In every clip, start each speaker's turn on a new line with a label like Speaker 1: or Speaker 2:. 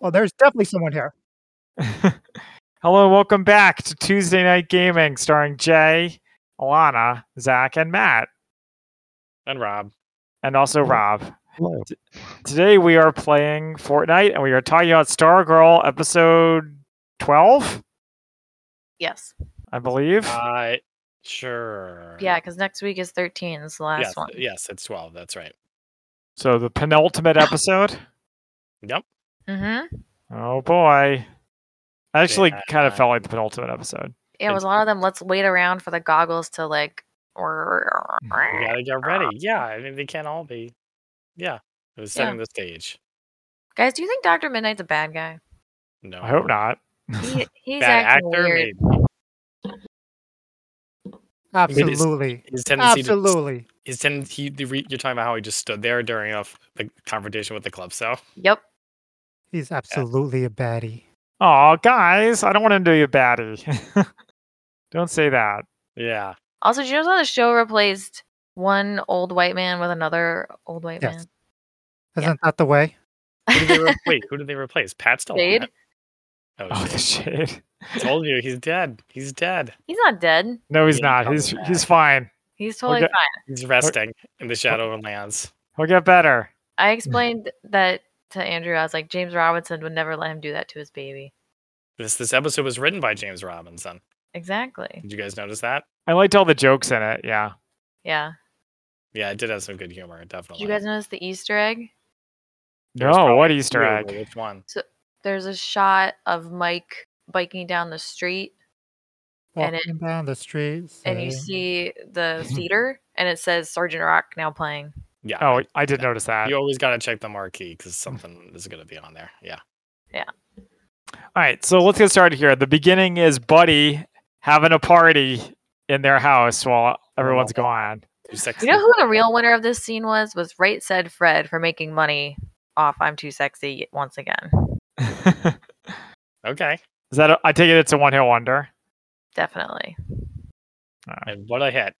Speaker 1: Well, Oh, there's definitely someone here.
Speaker 2: Hello, and welcome back to Tuesday Night Gaming, starring Jay, Alana, Zach, and Matt,
Speaker 3: And Rob.
Speaker 2: and also Rob.
Speaker 4: Hello.
Speaker 2: Today we are playing Fortnite, and we are talking about Stargirl episode twelve,
Speaker 5: Yes.
Speaker 2: I believe.
Speaker 3: Uh, sure.
Speaker 5: Yeah, because next week is 13. Is the last
Speaker 3: Yes,
Speaker 5: one.
Speaker 3: yes, it's 12. That's right.
Speaker 2: so the penultimate episode.
Speaker 3: Yep.
Speaker 5: Mm-hmm.
Speaker 2: Oh boy! I actually
Speaker 3: Yeah.
Speaker 2: kind of felt like the penultimate episode.
Speaker 5: Yeah, it was a lot of them. Let's wait around for the goggles to like.
Speaker 3: We
Speaker 5: Guys,
Speaker 3: gotta get ready. Yeah, I mean, they can't all be. Yeah, it was setting the stage.
Speaker 5: do you think Doctor Midnight's a bad guy?
Speaker 3: No,
Speaker 2: I hope not.
Speaker 5: He, he's
Speaker 3: Bad
Speaker 5: acting
Speaker 3: actor,
Speaker 5: weird.
Speaker 3: maybe. mean, it's-
Speaker 1: Absolutely.
Speaker 3: His tendency to
Speaker 1: Absolutely.
Speaker 3: his tendency. He, the re- you're talking about how he just stood there during a, f- the confrontation with the club. So
Speaker 5: Yep.
Speaker 1: He's absolutely a baddie.
Speaker 2: Oh, guys, I don't want him to be a baddie. don't say that.
Speaker 3: yeah,
Speaker 5: Also, did you notice how the show replaced one old white man with another old white
Speaker 1: Yes. Isn't that the way?
Speaker 3: who did they
Speaker 5: man?
Speaker 3: re- wait, who did they replace? Pat's still on
Speaker 5: Jade?
Speaker 3: it. Oh,
Speaker 2: Oh,
Speaker 3: shit.
Speaker 2: the shade.
Speaker 3: told you he's dead. He's dead.
Speaker 5: He's not dead.
Speaker 2: No, he's
Speaker 3: Yeah,
Speaker 2: not.
Speaker 3: probably
Speaker 2: He's
Speaker 3: not.
Speaker 2: he's fine.
Speaker 5: He's
Speaker 3: Oh,
Speaker 5: totally
Speaker 2: Okay.
Speaker 5: fine.
Speaker 3: He's resting in the Shadowlands.
Speaker 2: He'll get better.
Speaker 5: I explained that to Andrew. I was like, James Robinson would never let him do that to his baby.
Speaker 3: This this episode was written by James Robinson.
Speaker 5: Exactly.
Speaker 3: Did you guys notice that?
Speaker 2: I liked all the jokes in it. Yeah.
Speaker 5: Yeah.
Speaker 3: Yeah, it did have some good humor,
Speaker 5: Did
Speaker 3: definitely.
Speaker 5: you guys notice the Easter egg?
Speaker 3: There's
Speaker 2: No,
Speaker 3: probably
Speaker 2: Oh, what
Speaker 3: two,
Speaker 2: Easter
Speaker 3: but
Speaker 2: egg?
Speaker 3: Which one?
Speaker 5: there's a shot of Mike biking down the street And
Speaker 1: Walking
Speaker 5: it-
Speaker 1: down the street.
Speaker 5: and you
Speaker 1: saying,
Speaker 5: see the theater and it says Sergeant Rock now playing.
Speaker 3: Yeah.
Speaker 2: Oh, I did notice that.
Speaker 3: you always gotta check the marquee because something is gonna be on there. Yeah.
Speaker 2: All right, so let's get started here. The beginning is Buddy having a party in their house while everyone's gone.
Speaker 3: Too sexy.
Speaker 5: You know who the real winner of this scene was? Was Right Said Fred for making money off I'm Too Sexy once again.
Speaker 2: is
Speaker 3: Okay.
Speaker 2: that? A, I take it it's a one hit wonder.
Speaker 5: Definitely.
Speaker 3: And what a hit.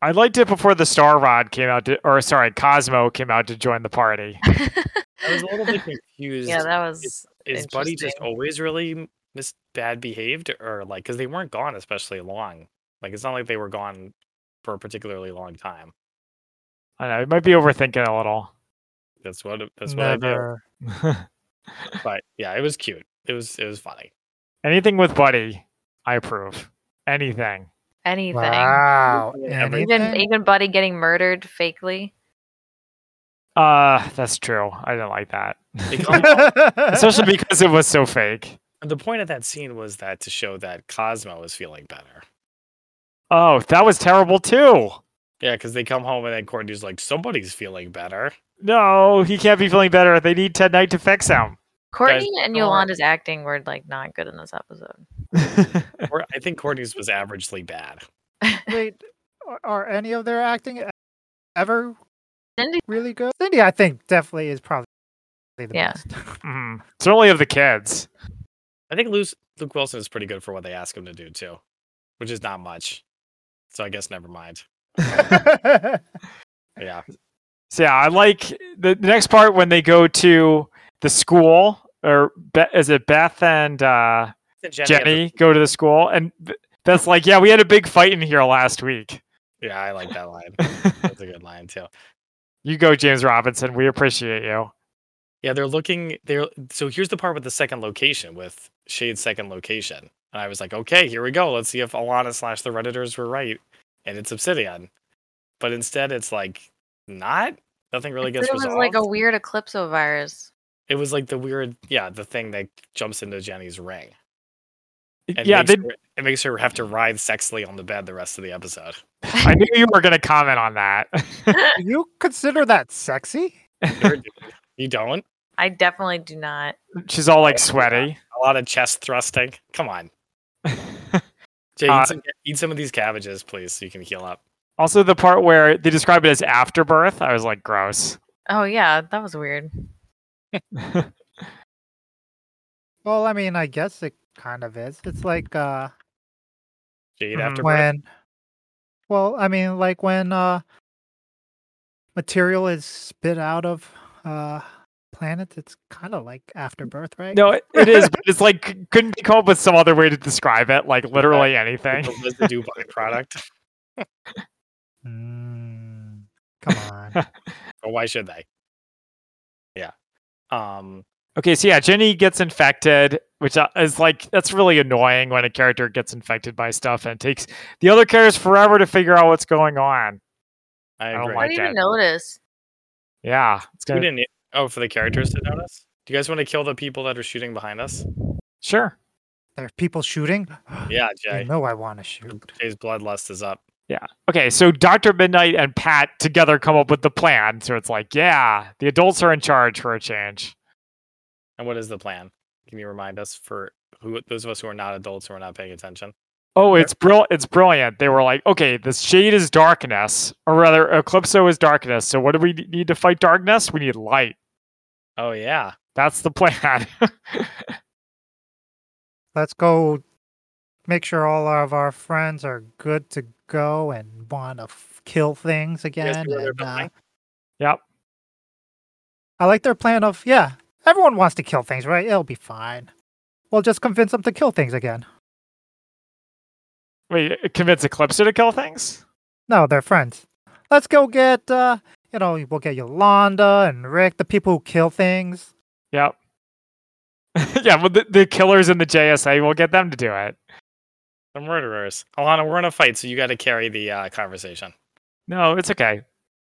Speaker 2: I liked it before the Star Rod came out, to, or sorry, Cosmo came out to join the party.
Speaker 3: I was a little bit confused.
Speaker 5: yeah, that was
Speaker 3: is Buddy just
Speaker 5: interesting.
Speaker 3: always really mis- bad behaved, or like because they weren't gone especially long? Like it's not like they were gone for a particularly long time.
Speaker 2: I don't know, it might be overthinking a little.
Speaker 3: That's what that's what
Speaker 1: Never.
Speaker 3: I do. But yeah, it was cute. It was it was funny.
Speaker 2: Anything with Buddy, I approve. Anything.
Speaker 5: anything.
Speaker 1: Wow.
Speaker 3: Everything.
Speaker 5: Even
Speaker 1: anything?
Speaker 5: even Buddy getting murdered fakely.
Speaker 2: Uh, that's true. I didn't like that,
Speaker 3: Because-
Speaker 2: especially because it was so fake.
Speaker 3: the point of that scene was that to show that Cosmo was feeling better.
Speaker 2: Oh, that was terrible too.
Speaker 3: Yeah, because they come home and then Courtney's like, somebody's feeling better.
Speaker 2: No, he can't be feeling better. They need Ted Knight to fix him.
Speaker 5: Courtney
Speaker 3: don't-
Speaker 5: and Yolanda's acting were like not good in this episode.
Speaker 2: Mm-hmm.
Speaker 3: Or I think Courtney's was averagely bad.
Speaker 1: Wait, are, are any of their acting e- ever
Speaker 5: Cindy-
Speaker 1: really good? Cindy, I think definitely is probably the
Speaker 5: Yeah.
Speaker 1: best.
Speaker 2: Mm, certainly of the kids.
Speaker 3: I think Luke, Luke Wilson is pretty good for what they ask him to do too, which is not much. So I guess never mind. Yeah.
Speaker 2: So yeah, I like the, the next part when they go to the school, or Be- is it Beth and uh,
Speaker 3: And at the-
Speaker 2: Jenny go to the school, and Be- Beth's like, "Yeah, we had a big fight in here last week."
Speaker 3: yeah, I like that line. That's a good line too.
Speaker 2: you go, James Robinson. We appreciate you.
Speaker 3: Yeah, they're looking they're so here's the part with the second location with Shade's second location. And I was like, okay, here we go. Let's see if Alana slash the Redditors were right. And it's Obsidian. But instead it's like not? Nothing really
Speaker 5: I
Speaker 3: gets
Speaker 5: thought it
Speaker 3: resolved.
Speaker 5: was like a weird eclipso virus.
Speaker 3: it was like the weird yeah, the thing that jumps into Jenny's ring. And
Speaker 2: yeah,
Speaker 3: makes
Speaker 2: they,
Speaker 3: her- it makes her have to writhe sexily on the bed the rest of the episode.
Speaker 2: I knew you were going to comment on that.
Speaker 1: Do you consider that sexy?
Speaker 3: You're- you don't?
Speaker 5: I definitely do not.
Speaker 2: She's all like sweaty.
Speaker 3: A lot of chest thrusting. Come on. Jay,
Speaker 2: Uh,
Speaker 3: eat, some, eat some of these cabbages, please, so you can heal up.
Speaker 2: Also, the part where they describe it as afterbirth, I was like, gross.
Speaker 5: Oh yeah, that was weird.
Speaker 1: Well, I mean, I guess it kind of is. It's like uh
Speaker 3: Jade
Speaker 2: Mhm.
Speaker 3: after birth.
Speaker 1: when well, I mean, like when uh material is spit out of uh planet, it's kind of like Afterbirth, right?
Speaker 2: No, it, it is, but it's like c- couldn't you come up with some other way to describe it? Like literally anything.
Speaker 3: The residue byproduct.
Speaker 1: Mm, come on.
Speaker 3: Or why should they? Yeah. Um.
Speaker 2: Okay, so yeah, Jenny gets infected, which uh, is like that's really annoying when a character gets infected by stuff and it takes the other characters forever to figure out what's going on.
Speaker 3: I
Speaker 2: I don't
Speaker 3: agree.
Speaker 5: I
Speaker 2: like
Speaker 5: didn't even
Speaker 2: that.
Speaker 5: notice.
Speaker 2: Yeah, it's
Speaker 3: Who
Speaker 2: gonna
Speaker 3: didn't? Oh, for the characters to notice. Do you guys want to kill the people that are shooting behind us?
Speaker 2: sure.
Speaker 1: There are people shooting.
Speaker 3: Yeah,
Speaker 1: I
Speaker 3: Jay.
Speaker 1: know I want to shoot.
Speaker 3: Jay's bloodlust is up.
Speaker 2: Okay, so Doctor Midnight and Pat together come up with the plan. So it's like, yeah, the adults are in charge for a change.
Speaker 3: And what is the plan? Can you remind us for who those of us who are not adults who are not paying attention?
Speaker 2: Oh, it's brill- it's brilliant. They were like, okay, the shade is darkness, or rather, Eclipso is darkness. So what do we need to fight darkness? We need light.
Speaker 3: Oh yeah.
Speaker 2: That's the plan.
Speaker 1: Let's go make sure all of our friends are good to go and want to f- kill things
Speaker 3: guys
Speaker 1: again.
Speaker 3: see where they're
Speaker 1: and, uh,
Speaker 3: going?
Speaker 2: yep.
Speaker 1: I like their plan of, yeah, everyone wants to kill things, right? It'll be fine. We'll just convince them to kill things again.
Speaker 2: Wait, convince Eclipso to kill things?
Speaker 1: No, they're friends. Let's go get, uh, you know, we'll get Yolanda and Rick, the people who kill things.
Speaker 2: Yep. yeah, but the, the killers in the JSA will get them to do it.
Speaker 3: The murderers. Alana, we're in a fight, so you got to carry the uh, conversation.
Speaker 2: No, it's okay.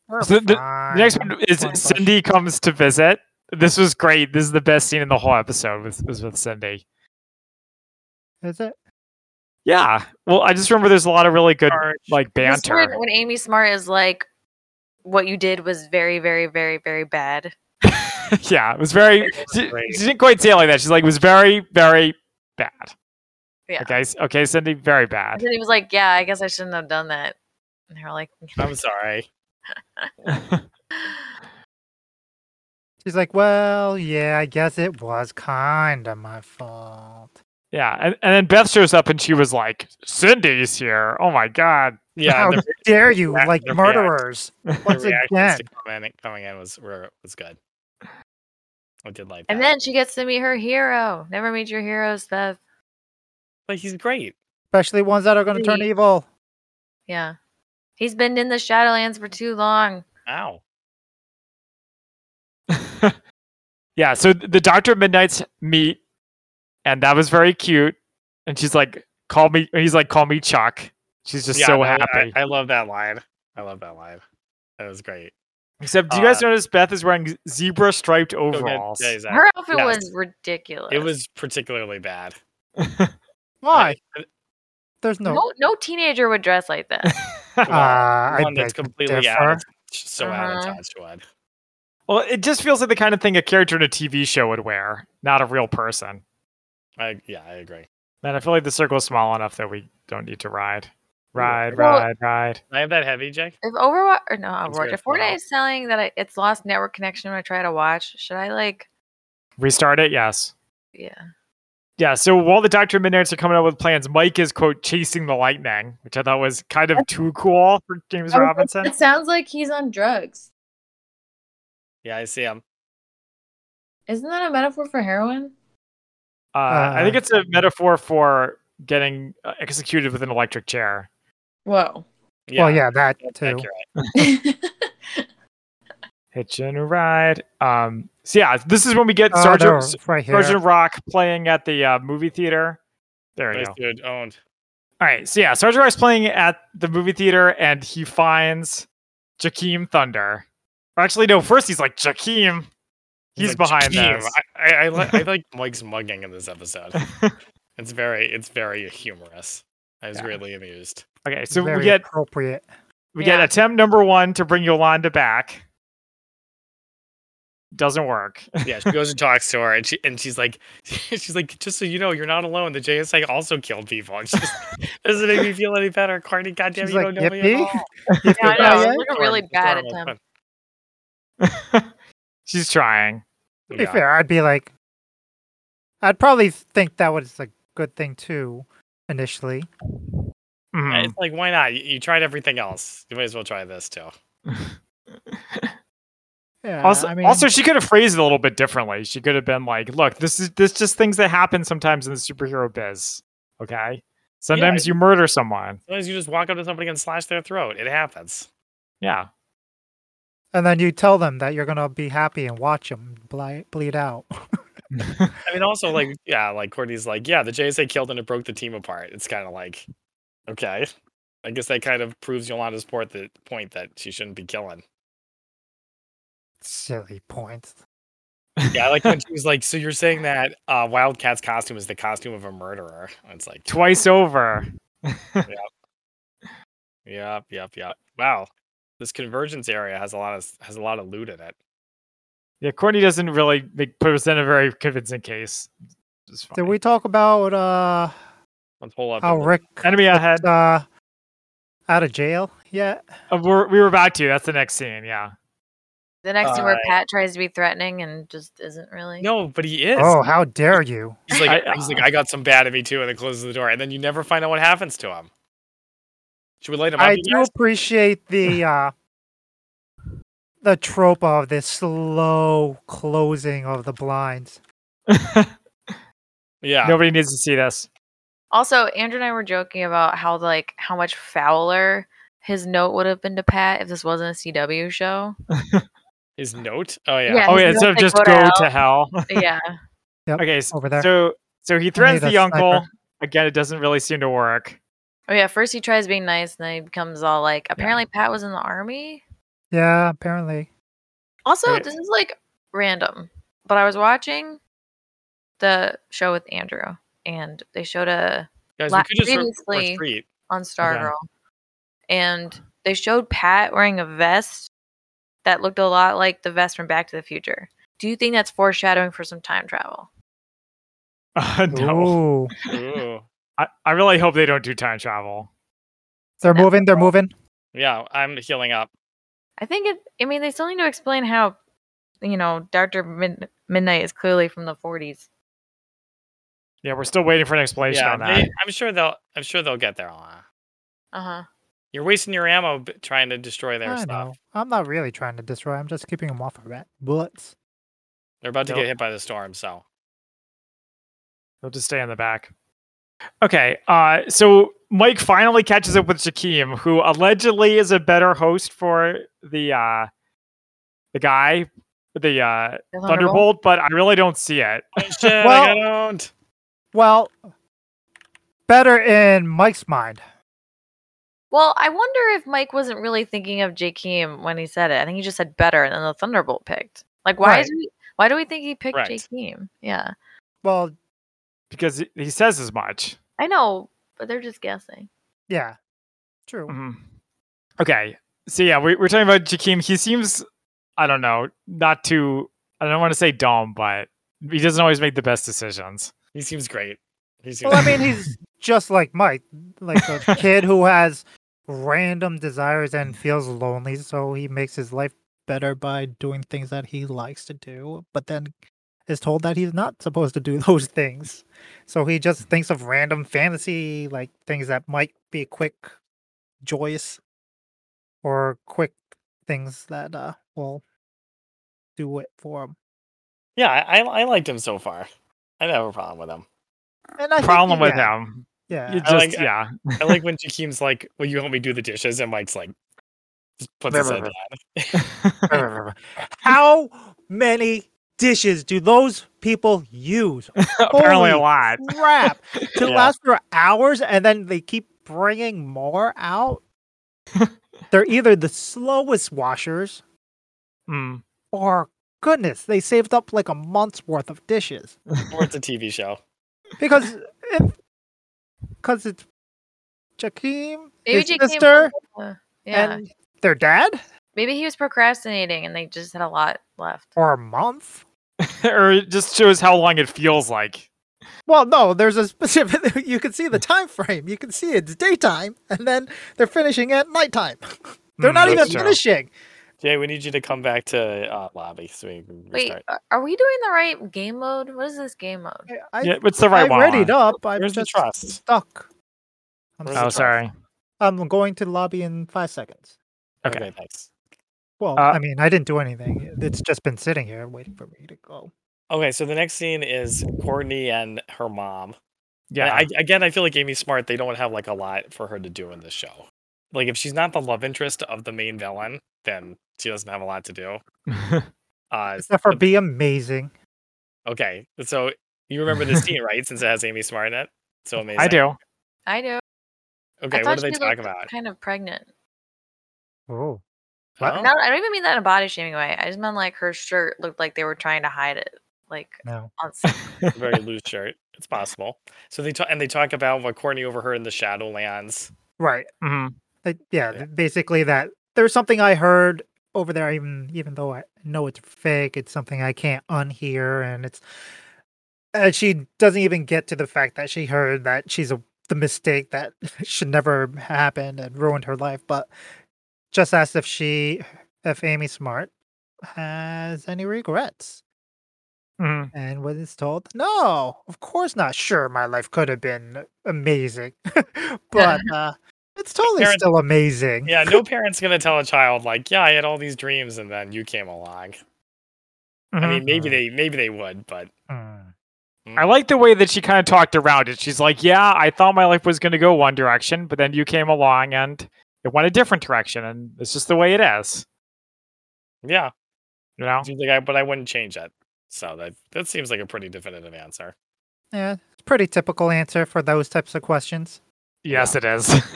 Speaker 1: We're
Speaker 2: So the- the The
Speaker 1: fine.
Speaker 2: next one is
Speaker 1: Fine, fine.
Speaker 2: Cindy comes to visit. This was great. This is the best scene in the whole episode. Was, was with Cindy.
Speaker 1: Is it?
Speaker 2: Yeah. Well, I just remember there's a lot of really good
Speaker 3: Charge.
Speaker 2: like
Speaker 5: This is when-
Speaker 2: banter.
Speaker 5: when Amy Smart is like, "What you did was very, very, very, very bad."
Speaker 2: yeah, it was very. She,
Speaker 3: great.
Speaker 2: she didn't quite say it like that. She's like, it was very, very bad.
Speaker 5: Yeah.
Speaker 2: Okay. s- Okay, Cindy, very
Speaker 5: And
Speaker 2: bad.
Speaker 5: then he was like, "Yeah, I guess I shouldn't have done that." And they were like,
Speaker 3: I'm sorry.
Speaker 1: She's like, well, yeah, I guess it was kind of my fault.
Speaker 2: yeah. And, and then Beth shows up and she was like, Cindy's here. Oh my god.
Speaker 3: Yeah.
Speaker 1: How
Speaker 3: the-
Speaker 1: dare you,
Speaker 3: Yeah,
Speaker 1: like
Speaker 3: the react-
Speaker 1: murderers?
Speaker 3: the
Speaker 1: Once again,
Speaker 3: reactions to coming in, coming in was were, was good. I did like that.
Speaker 5: and then she gets to meet her hero. Never meet your heroes, Beth.
Speaker 3: like he's great.
Speaker 1: especially ones that are going to turn
Speaker 5: Really?
Speaker 1: evil.
Speaker 5: Yeah, he's been in the Shadowlands for too long.
Speaker 3: Ow.
Speaker 2: yeah. So th- the Doctor of Midnight's meet, and that was very cute. And she's like, call me. He's like, call me Chuck. She's just
Speaker 3: Yeah,
Speaker 2: so
Speaker 3: no, I-
Speaker 2: happy.
Speaker 3: I, love that line. I love that line. That was great.
Speaker 2: Except, do you guys
Speaker 3: Uh,
Speaker 2: notice Beth is wearing z- zebra striped
Speaker 3: Go get
Speaker 2: overalls?
Speaker 3: Jay's act.
Speaker 5: Her outfit
Speaker 3: Yes.
Speaker 5: was ridiculous.
Speaker 3: uh, It was particularly bad.
Speaker 1: Why?
Speaker 3: I-
Speaker 1: There's no.
Speaker 5: no, no teenager would dress like that.
Speaker 1: Uh, I
Speaker 3: one that's
Speaker 1: beg to
Speaker 3: completely
Speaker 1: differ.
Speaker 3: out of, so out
Speaker 5: Uh-huh.
Speaker 3: of touch one.
Speaker 2: Well, it just feels like the kind of thing a character in a TV show would wear, not a real person.
Speaker 3: I, yeah, I agree.
Speaker 2: And I feel like the circle is small enough that we don't need to ride, ride,
Speaker 5: Well-
Speaker 2: ride, ride.
Speaker 3: Can I have that heavy, Jake.
Speaker 5: If Overwatch or no
Speaker 3: Sounds
Speaker 5: Overwatch,
Speaker 3: good
Speaker 5: if
Speaker 3: for now.
Speaker 5: Fortnite is telling that I, it's lost network connection when I try to watch, should I like?
Speaker 2: Restart it. Yes.
Speaker 5: Yeah.
Speaker 2: Yeah, so while the Doctor Midnights are coming up with plans, Mike is quote chasing the lightning, which I thought was kind of too cool for James
Speaker 4: I was like,
Speaker 2: Robinson.
Speaker 4: It sounds like he's on drugs.
Speaker 3: Yeah, I see him.
Speaker 4: Isn't that a metaphor for heroin?
Speaker 2: Uh, I think it's a metaphor for getting uh, executed with an electric chair.
Speaker 4: Whoa.
Speaker 1: Well, yeah, that
Speaker 3: that's
Speaker 1: too.
Speaker 3: accurate.
Speaker 2: Hitching a ride. Um, so yeah, this is when we get
Speaker 1: Oh,
Speaker 2: Sergeant
Speaker 1: they're right here.
Speaker 2: Sergeant Rock playing at the uh, movie theater. There we
Speaker 3: Nice
Speaker 2: go.
Speaker 3: dude owned.
Speaker 2: All right, so yeah, Sergeant Rock's playing at the movie theater, and he finds Jakeem Thunder. Or actually, no, first he's like Jakeem. He's,
Speaker 3: like,
Speaker 2: behind
Speaker 3: "Damn,
Speaker 2: this.
Speaker 3: I, I, I, li- I like Mike's mugging in this episode. it's very, it's very humorous. I was
Speaker 2: Yeah.
Speaker 3: greatly amused.
Speaker 2: Okay, so
Speaker 1: Very
Speaker 2: we get
Speaker 1: appropriate.
Speaker 2: We
Speaker 5: Yeah.
Speaker 2: get attempt number one to bring Yolanda back. Doesn't work.
Speaker 3: Yeah, she goes and talks to her, and she and she's like, she's like, just so you know, you're not alone. The JSA also killed people. And she's like, doesn't make me feel any better, Carney. Goddamn,
Speaker 1: She's
Speaker 3: you
Speaker 1: like,
Speaker 3: don't know me at
Speaker 1: "Yippee."
Speaker 3: all.
Speaker 5: yeah, I know.
Speaker 1: yeah.
Speaker 5: I'm looking really
Speaker 3: Adorable,
Speaker 5: bad at
Speaker 3: adorable
Speaker 5: them.
Speaker 3: fun.
Speaker 2: She's trying.
Speaker 1: To be
Speaker 3: Yeah.
Speaker 1: fair, I'd be like, I'd probably think that was a good thing too, initially.
Speaker 3: And
Speaker 2: Mhm.
Speaker 1: Hmm.
Speaker 3: It's like, why not? You, you tried everything else. You might as well try this too.
Speaker 1: Yeah,
Speaker 2: Also,
Speaker 1: I mean,
Speaker 2: also, she could have phrased it a little bit differently. She could have been like, "Look, this is this just things that happen sometimes in the superhero biz. Okay, sometimes you murder someone.
Speaker 3: Sometimes you just walk up to somebody and slash their throat. It happens.
Speaker 2: Yeah,
Speaker 1: and then you tell them that you're gonna be happy and watch them bleed out.
Speaker 3: I mean, also like yeah, like Courtney's like yeah, the JSA killed and it broke the team apart. It's kind of like, okay, I guess that kind of proves Yolanda's point that point that she shouldn't be killing.
Speaker 1: Silly points.
Speaker 3: Yeah, I like when she was like, so you're saying that uh, Wildcat's costume is the costume of a murderer? And it's like,
Speaker 2: twice over.
Speaker 3: yep, yep, yep. Wow, this convergence area has a lot of has a lot of loot in it.
Speaker 2: Yeah, Courtney doesn't really make, present a very convincing case. It's
Speaker 1: Did
Speaker 2: fine.
Speaker 1: we talk about uh
Speaker 3: Let's pull up.
Speaker 1: how
Speaker 3: and look.
Speaker 1: Rick
Speaker 2: Enemy ahead.
Speaker 1: uh out of jail yet?
Speaker 2: Uh, we're, we were about to. That's the next scene. Yeah.
Speaker 5: The next scene where
Speaker 3: Uh,
Speaker 5: Pat tries to be threatening and just isn't really.
Speaker 3: no, but he is.
Speaker 1: Oh, how dare you!
Speaker 3: He's like,
Speaker 2: I-
Speaker 3: he's like, I got some bad in me too, and then closes the door, and then you never find out what happens to him. Should we light him up?
Speaker 1: I
Speaker 3: you
Speaker 1: do
Speaker 3: guys?
Speaker 1: appreciate the uh the trope of this slow closing of the blinds.
Speaker 3: Yeah.
Speaker 2: Nobody needs to see this.
Speaker 5: Also, Andrew and I were joking about how like how much fouler his note would have been to Pat if this wasn't a CW show.
Speaker 3: His note. Oh yeah.
Speaker 5: Yeah.
Speaker 2: Oh
Speaker 5: he's
Speaker 2: yeah,
Speaker 5: gonna
Speaker 2: instead of
Speaker 5: say,
Speaker 2: just
Speaker 5: "Go
Speaker 2: go
Speaker 5: to
Speaker 2: to hell.
Speaker 5: yeah.
Speaker 2: okay, so
Speaker 1: Over there.
Speaker 2: so so he threatens
Speaker 1: a
Speaker 2: the uncle.
Speaker 1: sniper.
Speaker 2: Again, it doesn't really seem to work.
Speaker 5: Oh yeah. First he tries being nice, and then he becomes all like, apparently Pat was in the army.
Speaker 1: Yeah, apparently.
Speaker 5: Also,
Speaker 2: Right.
Speaker 5: this is like random, but I was watching the show with Andrew, and they showed a
Speaker 3: Guys,
Speaker 5: La-
Speaker 3: we could just re-
Speaker 5: previously-
Speaker 3: retreat.
Speaker 5: on
Speaker 2: Okay.
Speaker 5: Stargirl, and they showed Pat wearing a vest that looked a lot like the vest from Back to the Future. Do you think that's foreshadowing for some time travel?
Speaker 2: Uh, no,
Speaker 1: Ooh.
Speaker 3: Ooh.
Speaker 2: I, I really hope they don't do time travel.
Speaker 1: They're
Speaker 5: Snap.
Speaker 1: moving, they're moving.
Speaker 3: Yeah, I'm healing up.
Speaker 5: I think it. I mean, they still need to explain how, you know, Doctor Mid- Midnight is clearly from the '40s.
Speaker 2: Yeah, we're still waiting for an explanation
Speaker 3: Yeah,
Speaker 2: on that.
Speaker 3: they- I'm sure they'll. I'm sure they'll get there. Alana.
Speaker 5: Uh huh.
Speaker 3: You're wasting your ammo b- trying to destroy their
Speaker 1: I
Speaker 3: stuff.
Speaker 1: know. I'm not really trying to destroy. I'm just keeping them off of rat bullets.
Speaker 3: They're about to
Speaker 2: Nope.
Speaker 3: get hit by the storm, so
Speaker 2: They'll just stay in the back. Okay, uh, so Mike finally catches up with Shakim, who allegedly is a better host for the uh, the guy, the uh, Thunderbolt, but I really don't see it.
Speaker 3: Oh, shit,
Speaker 1: Well-
Speaker 3: I got owned.
Speaker 1: Well, better in Mike's mind.
Speaker 5: Well, I wonder if Mike wasn't really thinking of Jakeem when he said it. I think he just said better, and then the Thunderbolt picked. Like, why is he, why do we think he picked
Speaker 3: Right.
Speaker 5: Jakeem? Yeah,
Speaker 1: Well,
Speaker 2: because he- he says as much.
Speaker 5: I know, but they're just guessing.
Speaker 1: yeah, true.
Speaker 2: Mhm. Okay, so yeah, we, we're talking about Jakeem. He seems, I don't know, not too. I don't want to say dumb, but he doesn't always make the best decisions.
Speaker 3: He seems great. He seems
Speaker 1: Well, I mean, he's just like Mike, like a kid who has random desires and feels lonely, so he makes his life better by doing things that he likes to do, but then is told that he's not supposed to do those things. So he just thinks of random fantasy, like things that might be quick, joyous, or quick things that uh will do it for him.
Speaker 3: yeah, I, I I liked him so far. I didn't have a problem with him.
Speaker 1: And I think
Speaker 2: Problem
Speaker 1: he-
Speaker 2: with
Speaker 1: yeah,
Speaker 2: him,
Speaker 1: Yeah.
Speaker 2: you
Speaker 3: I
Speaker 2: just
Speaker 3: like-
Speaker 2: yeah,
Speaker 3: I like when Jakeem's like, "Will you help me do the dishes?" and Mike's like, just puts his head down.
Speaker 1: How many dishes do those people use?
Speaker 2: apparently
Speaker 1: Holy
Speaker 2: a lot.
Speaker 1: Crap. To
Speaker 3: Yeah.
Speaker 1: last for hours and then they keep bringing more out? They're either the slowest washers
Speaker 2: Mm.
Speaker 1: or goodness, they saved up like a month's worth of dishes.
Speaker 3: Or it's a TV show.
Speaker 1: Because if because it's Jakeem,
Speaker 5: Maybe
Speaker 1: his
Speaker 5: Jakeem was
Speaker 1: sister,
Speaker 5: Uh, yeah,
Speaker 1: and their dad
Speaker 5: maybe he was procrastinating, and they just had a lot left.
Speaker 1: for a month.
Speaker 2: or it just shows how long it feels like.
Speaker 1: Well, no, there's a specific. You can see the time frame. You can see it's daytime, and then they're finishing at nighttime. They're
Speaker 2: Mm,
Speaker 1: not even
Speaker 2: that's true.
Speaker 1: finishing.
Speaker 3: Jay, we need you to come back to uh, lobby so we can
Speaker 5: Wait,
Speaker 3: restart.
Speaker 5: a- are we doing the right game mode? What is this game mode?
Speaker 1: I,
Speaker 2: Yeah, it's the right
Speaker 1: I
Speaker 2: one.
Speaker 1: readied up. I'm
Speaker 3: Where's the
Speaker 1: just
Speaker 3: trust?
Speaker 1: stuck. I'm,
Speaker 3: Where's
Speaker 1: stuck.
Speaker 2: Oh,
Speaker 3: the
Speaker 2: sorry.
Speaker 1: I'm going to the lobby in five seconds.
Speaker 2: Okay.
Speaker 3: okay, thanks.
Speaker 1: Well,
Speaker 2: Uh,
Speaker 1: I mean, I didn't do anything. It's just been sitting here waiting for me to go.
Speaker 3: Okay, so the next scene is Courtney and her mom.
Speaker 2: Yeah.
Speaker 3: Yeah. I, again, I feel like Amy Smart. They don't have like a lot for her to do in this show. Like, if she's not the love interest of the main villain, then she doesn't have a lot to do. Uh,
Speaker 1: Except for be amazing.
Speaker 3: okay, so you remember this scene, right? Since it has Amy Smart in it, so amazing.
Speaker 2: I do.
Speaker 5: I do.
Speaker 3: Okay,
Speaker 5: I
Speaker 3: what
Speaker 5: thought
Speaker 3: do they
Speaker 5: she
Speaker 3: talk
Speaker 5: looked
Speaker 3: about?
Speaker 5: Kind of pregnant.
Speaker 1: Oh,
Speaker 3: Huh?
Speaker 5: Not, I don't even mean that in a body shaming way. I just meant like her shirt looked like they were trying to hide it. Like
Speaker 1: no.
Speaker 5: on set.
Speaker 3: a very loose shirt. It's possible. So they talk and they talk about what Courtney overheard in the Shadowlands.
Speaker 1: Right.
Speaker 2: Mhm.
Speaker 1: Like, yeah,
Speaker 3: Yeah.
Speaker 1: th- basically that. There's something I heard over there, even even though I know it's fake. It's something I can't unhear, and it's. And she doesn't even get to the fact that she heard that she's a the mistake that should never happen and ruined her life. But just asked if she, if Amy Smart, has any regrets.
Speaker 2: Mhm.
Speaker 1: And when it's told, no, of course not. Sure, my life could have been amazing, but uh, it's totally
Speaker 3: parents-
Speaker 1: still amazing.
Speaker 3: Yeah, no parent's gonna tell a child like, "Yeah, I had all these dreams, and then you came along." I
Speaker 2: Mhm.
Speaker 3: mean, maybe they maybe they would, but
Speaker 1: Mm.
Speaker 2: I like the way that she kind of talked around it. She's like, "Yeah, I thought my life was going to go one direction, but then you came along and it went a different direction, and it's just the way it is."
Speaker 3: yeah,
Speaker 2: You know?
Speaker 3: she's like, I, but I wouldn't change it. So that that seems like a pretty definitive answer.
Speaker 1: Yeah, it's pretty typical answer for those types of questions.
Speaker 2: Yes, it is.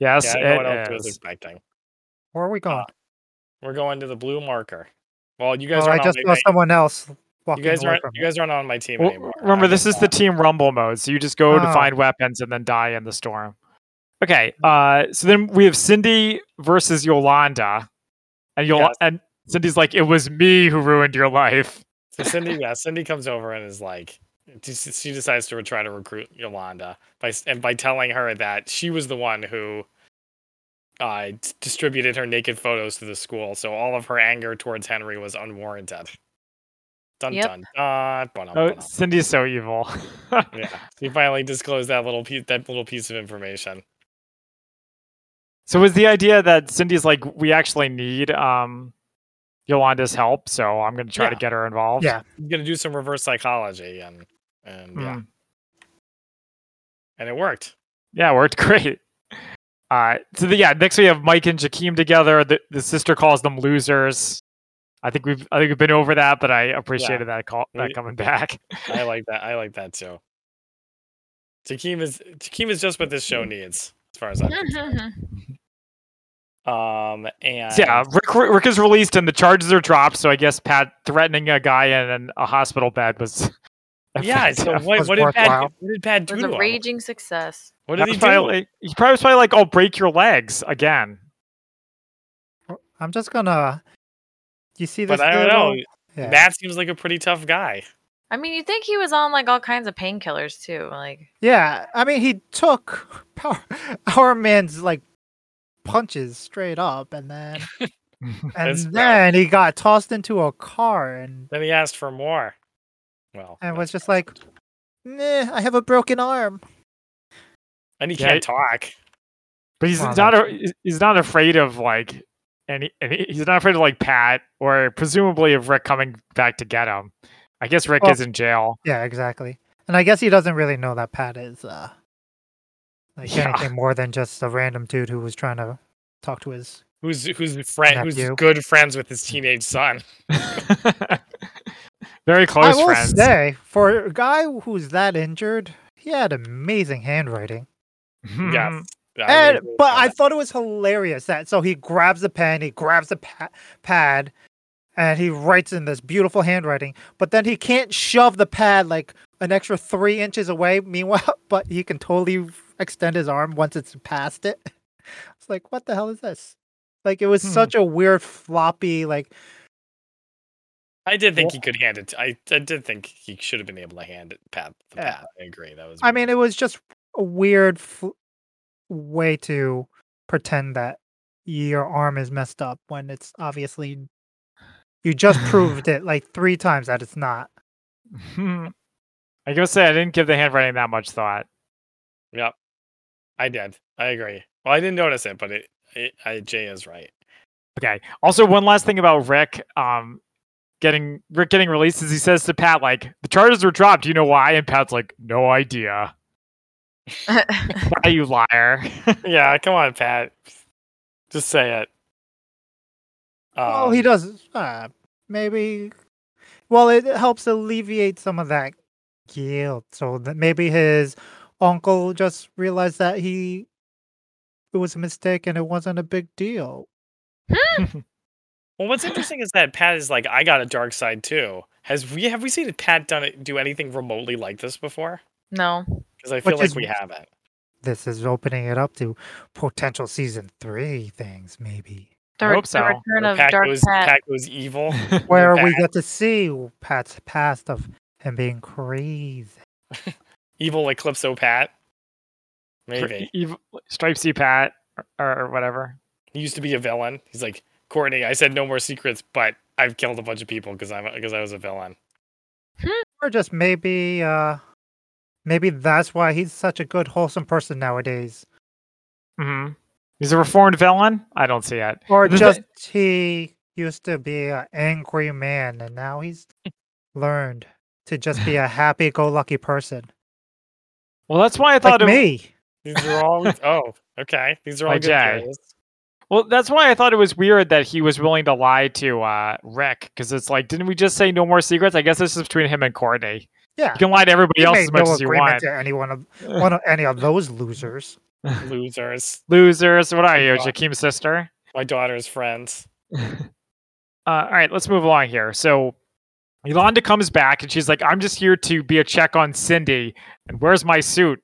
Speaker 2: yes,
Speaker 3: yeah, I don't know what
Speaker 2: it
Speaker 3: else I was
Speaker 2: is.
Speaker 3: expecting.
Speaker 1: Where are
Speaker 3: Uh,
Speaker 1: we going?
Speaker 3: We're going to the blue marker. Well, you guys
Speaker 1: Well, I
Speaker 3: aren't
Speaker 1: just
Speaker 3: on
Speaker 1: saw
Speaker 3: my,
Speaker 1: someone else
Speaker 3: you
Speaker 1: walking
Speaker 3: guys
Speaker 1: away
Speaker 3: aren't
Speaker 1: from
Speaker 3: you
Speaker 1: it.
Speaker 3: guys aren't on my team
Speaker 2: Well,
Speaker 3: anymore.
Speaker 2: remember,
Speaker 3: I'm
Speaker 2: this is
Speaker 3: not.
Speaker 2: the team rumble mode, so you just go to
Speaker 1: Oh.
Speaker 2: find weapons and then die in the storm. Okay, uh, so then we have Cindy versus Yolanda, and Yol-
Speaker 3: Yes.
Speaker 2: and Cindy's like, "It was me who ruined your life."
Speaker 3: So Cindy, yeah, Cindy comes over and is like, she- she decides to try to recruit Yolanda by s- and by telling her that she was the one who uh, d- distributed her naked photos to the school, so all of her anger towards Henry was unwarranted. Dun
Speaker 5: Yep.
Speaker 3: dun dun. ba-dum,
Speaker 2: Oh,
Speaker 3: ba-dum.
Speaker 2: Cindy's so evil.
Speaker 3: Yeah, she finally disclosed that little piece, that little piece of information.
Speaker 2: So was the idea that Cindy's like, we actually need um Yolanda's help, so I'm gonna try to
Speaker 3: Yeah.
Speaker 2: get her involved.
Speaker 1: Yeah.
Speaker 3: She's gonna do some reverse psychology, and and
Speaker 1: Hmm.
Speaker 3: yeah,
Speaker 2: Mm.
Speaker 3: and it worked.
Speaker 2: Yeah, it worked great. Uh so the, yeah, next we have Mike and Jakeem together. The, the sister calls them losers. I think we've I think we've been over that, but I appreciated that call that
Speaker 3: We-
Speaker 2: coming back.
Speaker 3: I like that. I like that too. Takim is Takim is just what this
Speaker 1: Hmm.
Speaker 3: show needs, as far as I'm concerned. Um, and
Speaker 2: So yeah, Rick, Rick is released and the charges are dropped. So I guess Pat threatening a guy in an, a hospital bed was
Speaker 3: yeah. So
Speaker 2: effective.
Speaker 3: what,
Speaker 1: was
Speaker 3: what did Pat?
Speaker 1: worthwhile.
Speaker 3: What did Pat
Speaker 5: It
Speaker 3: do
Speaker 5: was
Speaker 3: to
Speaker 5: a
Speaker 3: him?
Speaker 5: raging success.
Speaker 3: What
Speaker 2: That
Speaker 3: did he
Speaker 2: was
Speaker 3: do?
Speaker 2: probably, He probably was probably like, "I'll break your legs again."
Speaker 1: I'm just gonna. You see this?
Speaker 3: but I don't know.
Speaker 1: little- Yeah.
Speaker 3: Matt seems like a pretty tough guy.
Speaker 5: I mean, you think he was on like all kinds of painkillers too. Like
Speaker 1: yeah, I mean, he took Power, Power Man's like punches straight up, and then and
Speaker 3: That's rough.
Speaker 1: then he got tossed into a car and
Speaker 3: Then he asked for more. Well,
Speaker 1: and was
Speaker 3: that's-
Speaker 1: just like, nah, I have a broken arm.
Speaker 3: and he
Speaker 2: Yeah,
Speaker 3: can't talk.
Speaker 2: But he's
Speaker 1: Well,
Speaker 2: not a, he's- he's not afraid of like any, any he's not afraid of like Pat or presumably of Rick coming back to get him. I guess Rick
Speaker 1: Well-
Speaker 2: is in jail.
Speaker 1: Yeah, exactly. And I guess he doesn't really know that Pat is uh like
Speaker 2: Yeah.
Speaker 1: anything more than just a random dude who was trying to talk to his
Speaker 3: Who's who's friend? Who's
Speaker 1: Nephew.
Speaker 3: good friends with his teenage son?
Speaker 2: Very
Speaker 1: I
Speaker 2: close
Speaker 1: will
Speaker 2: friends.
Speaker 1: say, for a guy who's that injured, he had amazing handwriting.
Speaker 2: Hmm.
Speaker 3: yes. I would
Speaker 1: And
Speaker 3: agree with
Speaker 1: but
Speaker 3: that.
Speaker 1: I thought it was hilarious that so he grabs a pen, he grabs a pa- pad, and he writes in this beautiful handwriting. But then he can't shove the pad like an extra three inches away. Meanwhile, but he can totally extend his arm once it's past it. It's like, what the hell is this? Like it was
Speaker 2: Hmm.
Speaker 1: such a weird floppy. Like
Speaker 3: I did think he could hand it. To, I I did think he should have been able to hand it Pat. The
Speaker 1: Yeah.
Speaker 3: Pat. I agree. That was.
Speaker 1: I
Speaker 3: weird.
Speaker 1: mean, it was just a weird f- way to pretend that your arm is messed up when it's obviously you just proved it like three times that it's not.
Speaker 2: Hmm. I gotta say I didn't give the handwriting that much thought.
Speaker 3: Yep, I did. I agree. Well, I didn't notice it, but it, it I, Jay is right.
Speaker 2: Okay. Also, one last thing about Rick. Um, getting Rick getting released is he says to Pat like the charges were dropped. Do you know why? And Pat's like, no idea. Why you liar?
Speaker 3: yeah, come on, Pat. Just say it.
Speaker 1: well, he
Speaker 3: Um,
Speaker 1: does. Uh, maybe. Well, it helps alleviate some of that guilt. So that maybe his uncle just realized that he it was a mistake and it wasn't a big deal.
Speaker 3: Well, what's interesting is that Pat is like, I got a dark side too. Has we have we seen Pat done it, do anything remotely like this before?
Speaker 5: no.
Speaker 3: Because I feel
Speaker 1: Which
Speaker 3: like
Speaker 1: is-
Speaker 3: we haven't.
Speaker 1: This is opening it up to potential season three things, maybe.
Speaker 5: The,
Speaker 2: I
Speaker 5: re-
Speaker 2: hope so.
Speaker 5: the return
Speaker 3: Where
Speaker 5: of
Speaker 3: Pat
Speaker 5: Dark
Speaker 3: goes,
Speaker 5: Pat.
Speaker 3: Pat goes evil.
Speaker 1: Where we
Speaker 3: Pat-
Speaker 1: get to see Pat's past of him being crazy.
Speaker 3: evil Eclipso Pat. Maybe
Speaker 2: Ev- Stripesy Pat or, or whatever.
Speaker 3: he used to be a villain. He's like Courtney. I said no more secrets, but I've killed a bunch of people because I'm because I was a villain.
Speaker 1: or just maybe uh maybe that's why he's such a good wholesome person nowadays
Speaker 2: hmm He's a reformed villain. I don't see it.
Speaker 1: or
Speaker 2: The thi-
Speaker 1: just he used to be an angry man and now he's learned to just be a happy-go-lucky person
Speaker 2: well, that's why I
Speaker 1: like
Speaker 2: thought it,
Speaker 1: me
Speaker 3: These are all. oh, okay. These are all
Speaker 2: Like
Speaker 3: good
Speaker 2: Jay.
Speaker 3: theories.
Speaker 2: Well, that's why I thought it was weird that he was willing to lie to uh, Rick because it's like, didn't we just say no more secrets? I guess this is between him and Courtney.
Speaker 1: yeah
Speaker 2: You can lie to everybody
Speaker 1: He
Speaker 2: else
Speaker 1: made
Speaker 2: as much
Speaker 1: no
Speaker 2: as you
Speaker 1: agreement
Speaker 2: want.
Speaker 1: to any one of one of any of those losers
Speaker 3: Losers.
Speaker 2: Losers. What are you,
Speaker 3: God.
Speaker 2: Jakim's sister?
Speaker 3: My daughter's friends.
Speaker 2: Uh, all right, let's move along here. So Yolanda comes back and she's like, I'm just here to be a check on Cindy. And where's my suit?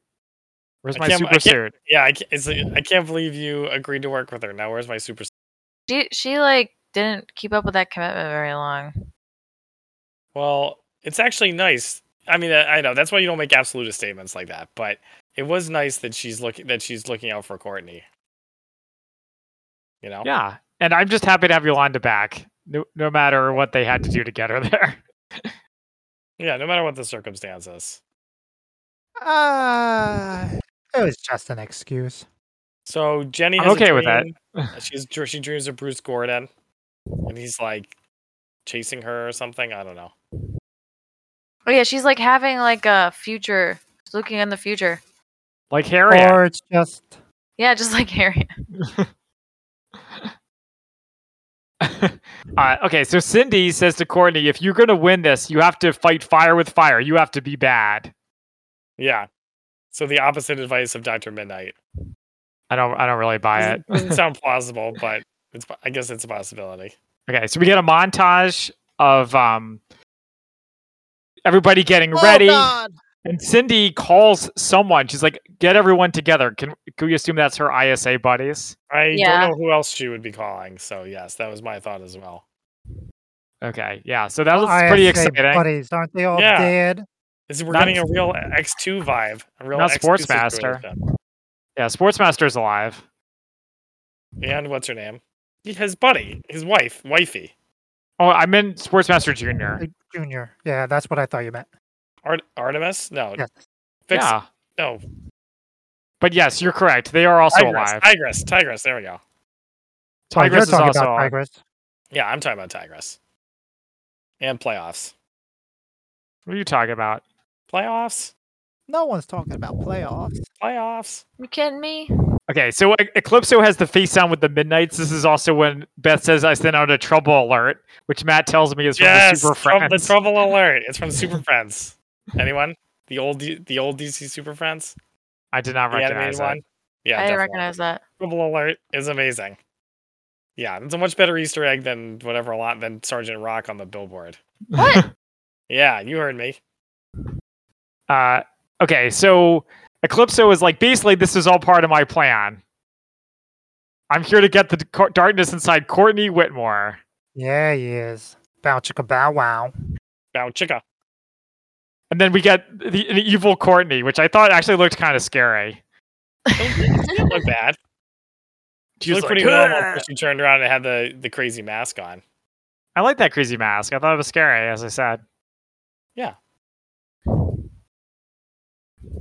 Speaker 2: Where's
Speaker 3: I
Speaker 2: my
Speaker 3: can't- I
Speaker 2: super
Speaker 3: can't-
Speaker 2: suit?
Speaker 3: Yeah, I can't, it's, I can't believe you agreed to work with her. Now where's my super?
Speaker 5: She she like didn't keep up with that commitment very long.
Speaker 3: Well, it's actually nice. I mean, I I know that's why you don't make absolutist statements like that, but it was nice that she's looking that she's looking out for Courtney. You know,
Speaker 2: Yeah. And I'm just happy to have Yolanda back, no, no matter what they had to do to get her there.
Speaker 3: yeah. No matter what the circumstances.
Speaker 1: uh it was just an excuse
Speaker 3: So Jenny,
Speaker 2: I'm
Speaker 3: has a
Speaker 2: okay with that.
Speaker 3: dream. She's dr- she dreams of Bruce Gordon, and he's like chasing her or something. I don't know.
Speaker 5: Oh yeah, she's like having like a future, she's looking in the future.
Speaker 2: Like Harry.
Speaker 1: or it's just
Speaker 5: Yeah, just like Harry.
Speaker 2: uh, okay, so Cindy says to Courtney, if you're going to win this, you have to fight fire with fire. You have to be bad.
Speaker 3: Yeah. So the opposite advice of Doctor Midnight
Speaker 2: I don't I don't really buy
Speaker 3: doesn't, doesn't
Speaker 2: it.
Speaker 3: sound plausible, but it's po- I guess it's a possibility.
Speaker 2: okay, so we get a montage of um everybody getting
Speaker 1: Hold
Speaker 2: ready
Speaker 1: on.
Speaker 2: and Cindy calls someone. She's like, "Get everyone together." Can can we assume that's her ISA buddies?
Speaker 3: I
Speaker 5: Yeah.
Speaker 3: don't know who else she would be calling. So yes, that was my thought as well.
Speaker 2: Okay, yeah. So that was
Speaker 1: ISA
Speaker 2: pretty exciting.
Speaker 1: buddies aren't they all
Speaker 3: Yeah.
Speaker 1: dead
Speaker 3: Is we're
Speaker 2: Not-
Speaker 3: getting a real X2 vibe, a real
Speaker 2: Not
Speaker 3: X2
Speaker 2: Sportsmaster.
Speaker 3: situation.
Speaker 2: Yeah, Sportsmaster's alive.
Speaker 3: And what's her name? His buddy, his wife, wifey,
Speaker 2: Oh, I meant Sportsmaster Junior.
Speaker 1: Uh, junior yeah that's what i thought you meant Oh,
Speaker 3: Art- Artemis. No,
Speaker 1: Yes.
Speaker 3: Vix-
Speaker 2: Yeah,
Speaker 3: no,
Speaker 2: but yes, you're correct. They are also
Speaker 3: Tigress,
Speaker 2: alive.
Speaker 3: Tigress, Tigress. There we go.
Speaker 1: So you're
Speaker 2: Tigress is
Speaker 1: talking
Speaker 2: also
Speaker 1: about
Speaker 2: on.
Speaker 1: Tigress.
Speaker 3: Yeah, I'm talking about Tigress. And playoffs,
Speaker 2: What are you talking about?
Speaker 3: playoffs,
Speaker 1: No one's talking about playoffs.
Speaker 3: playoffs.
Speaker 5: You kidding me?
Speaker 2: Okay, so E- Eclipso has the face on with the Midnights. This is also when Beth says I sent out a trouble alert, which Matt tells me is from
Speaker 3: yes,
Speaker 2: the Super
Speaker 3: trou- the
Speaker 2: Friends.
Speaker 3: trouble alert. It's from Super Friends. Anyone? The old, D- the old DC Super Friends,
Speaker 2: I did not
Speaker 3: the
Speaker 2: recognize
Speaker 3: animated
Speaker 2: that.
Speaker 3: one. Yeah,
Speaker 5: I didn't
Speaker 3: definitely.
Speaker 5: recognize that.
Speaker 3: Scribble Alert is amazing. Yeah, it's a much better Easter egg than whatever a lot than Sergeant Rock on the billboard.
Speaker 5: What?
Speaker 3: Yeah, you heard me.
Speaker 2: Uh, okay, so Eclipso is like basically this is all part of my plan. I'm here to get the d- co- darkness inside Courtney Whitmore.
Speaker 1: Yeah, he is. Bow chicka bow wow.
Speaker 3: Bow chicka.
Speaker 2: And then we get the, an evil Courtney, which I thought actually looked kind of scary.
Speaker 3: Don't look bad.
Speaker 2: She
Speaker 3: You
Speaker 2: was
Speaker 3: look pretty
Speaker 2: like,
Speaker 3: normal
Speaker 2: "Ugh."
Speaker 3: after she turned around and had the, the crazy mask on.
Speaker 2: I like that crazy mask. I thought it was scary, as I said.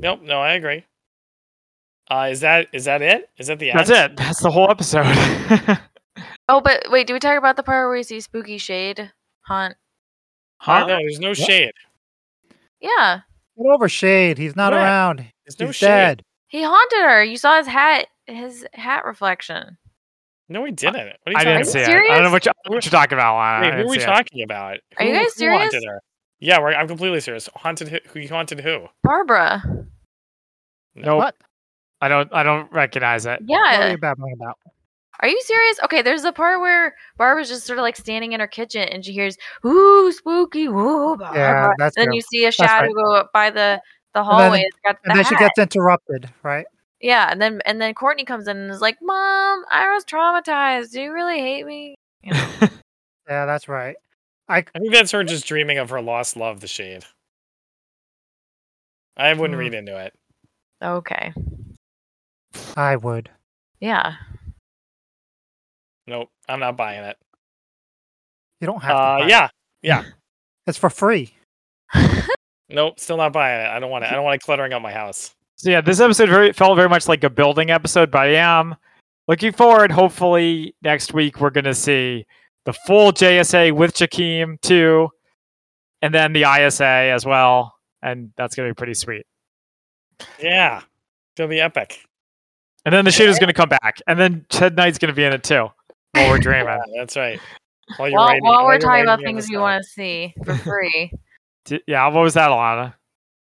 Speaker 3: Nope, no, I agree. Uh, is that is that it? Is that the end?
Speaker 2: That's it. That's the whole episode.
Speaker 5: Oh, but wait, do we talk about the part where we see spooky shade hunt?
Speaker 3: Huh?
Speaker 2: Huh?
Speaker 3: No, there's no shade.
Speaker 5: Yeah,
Speaker 1: Get over Shade. He's not
Speaker 3: Right.
Speaker 1: around.
Speaker 3: There's no
Speaker 1: He's
Speaker 3: shade.
Speaker 1: dead.
Speaker 5: he haunted her. You saw his hat, his hat reflection.
Speaker 3: No, we didn't. What are you
Speaker 2: I
Speaker 3: talking
Speaker 2: didn't
Speaker 3: about?
Speaker 2: see it. I
Speaker 5: serious?
Speaker 2: don't know what, you, what you're talking about, Lana. I
Speaker 3: Wait, who
Speaker 2: didn't
Speaker 3: are we
Speaker 2: see it.
Speaker 3: talking about?
Speaker 5: Are you
Speaker 3: Who-
Speaker 5: guys
Speaker 3: who haunted
Speaker 5: serious?
Speaker 3: her? Yeah, we're, I'm completely serious. Haunted who? Who haunted who?
Speaker 5: Barbara.
Speaker 2: Nope.
Speaker 1: What?
Speaker 2: I don't. I don't recognize it.
Speaker 1: What are
Speaker 5: Yeah.
Speaker 1: you babbling about?
Speaker 5: Are you serious? Okay, there's the part where Barbara's just sort of like standing in her kitchen and she hears, ooh, spooky, ooh, Barbara.
Speaker 1: Yeah, that's
Speaker 5: then
Speaker 1: her.
Speaker 5: you see a
Speaker 1: right.
Speaker 5: shadow go up by the, the hallway. it's got the
Speaker 1: And then she
Speaker 5: hat.
Speaker 1: gets interrupted, right?
Speaker 5: yeah, and then and then Courtney comes in and is like, Mom, I was traumatized. Do you really hate me?
Speaker 1: Yeah, that's right. I
Speaker 3: I think that's her just dreaming of her lost love, the shade. I wouldn't
Speaker 1: Hmm.
Speaker 3: read into it.
Speaker 5: Okay.
Speaker 1: I would.
Speaker 5: Yeah.
Speaker 3: Nope, I'm not buying it.
Speaker 1: You don't have to.
Speaker 3: Uh,
Speaker 1: buy it.
Speaker 3: yeah,
Speaker 1: It's for free.
Speaker 3: nope, still not buying it. I don't want it. I don't want it cluttering up my house.
Speaker 2: So yeah, this episode very, felt very much like a building episode, but I am looking forward. Hopefully next week we're gonna see the full JSA with Jakeem too, and then the ISA as well, and that's gonna be pretty sweet.
Speaker 3: Yeah, it'll be epic.
Speaker 2: And then the shooter's gonna come back, and then Ted Knight's gonna be in it too. While we're dreaming,
Speaker 3: Yeah, that's right. While, you're
Speaker 5: While,
Speaker 3: writing-
Speaker 5: while we're
Speaker 3: you're
Speaker 5: talking
Speaker 3: writing
Speaker 5: about
Speaker 3: on the
Speaker 5: things we
Speaker 3: side.
Speaker 5: want to see for free.
Speaker 2: D- yeah. What was that, Alana?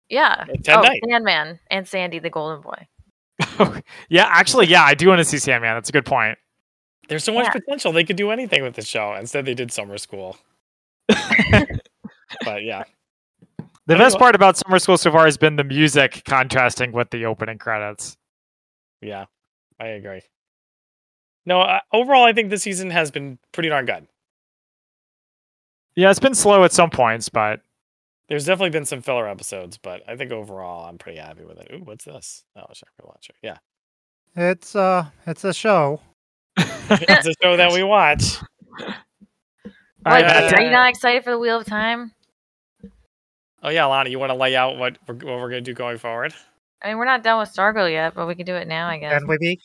Speaker 5: yeah.
Speaker 3: Uh, Ted
Speaker 5: oh,
Speaker 3: Knight.
Speaker 5: Sandman and Sandy the Golden Boy.
Speaker 2: yeah, actually, yeah, I do want to see Sandman. That's a good point.
Speaker 3: There's so much
Speaker 5: Yeah.
Speaker 3: potential. They could do anything with the show. Instead, they did summer school. but yeah,
Speaker 2: The
Speaker 3: I
Speaker 2: best
Speaker 3: know.
Speaker 2: part about summer school so far has been the music contrasting with the opening credits.
Speaker 3: yeah, I agree. No, I, overall, I think this season has been pretty darn good.
Speaker 2: Yeah, it's been slow at some points, but
Speaker 3: There's definitely been some filler episodes, but I think overall, I'm pretty happy with it. Ooh, what's this? Oh, Shocker Watcher. Yeah,
Speaker 1: It's uh, it's a show.
Speaker 3: it's a show that we watch.
Speaker 2: all right,
Speaker 5: What,
Speaker 3: that's-
Speaker 2: Matt,
Speaker 5: are you not excited for the Wheel of Time?
Speaker 3: Oh yeah, Lana, you want to lay out what we're, what we're gonna do going forward?
Speaker 5: I mean, we're not done with Stargirl yet, but we can do it now, I guess.
Speaker 1: And we be.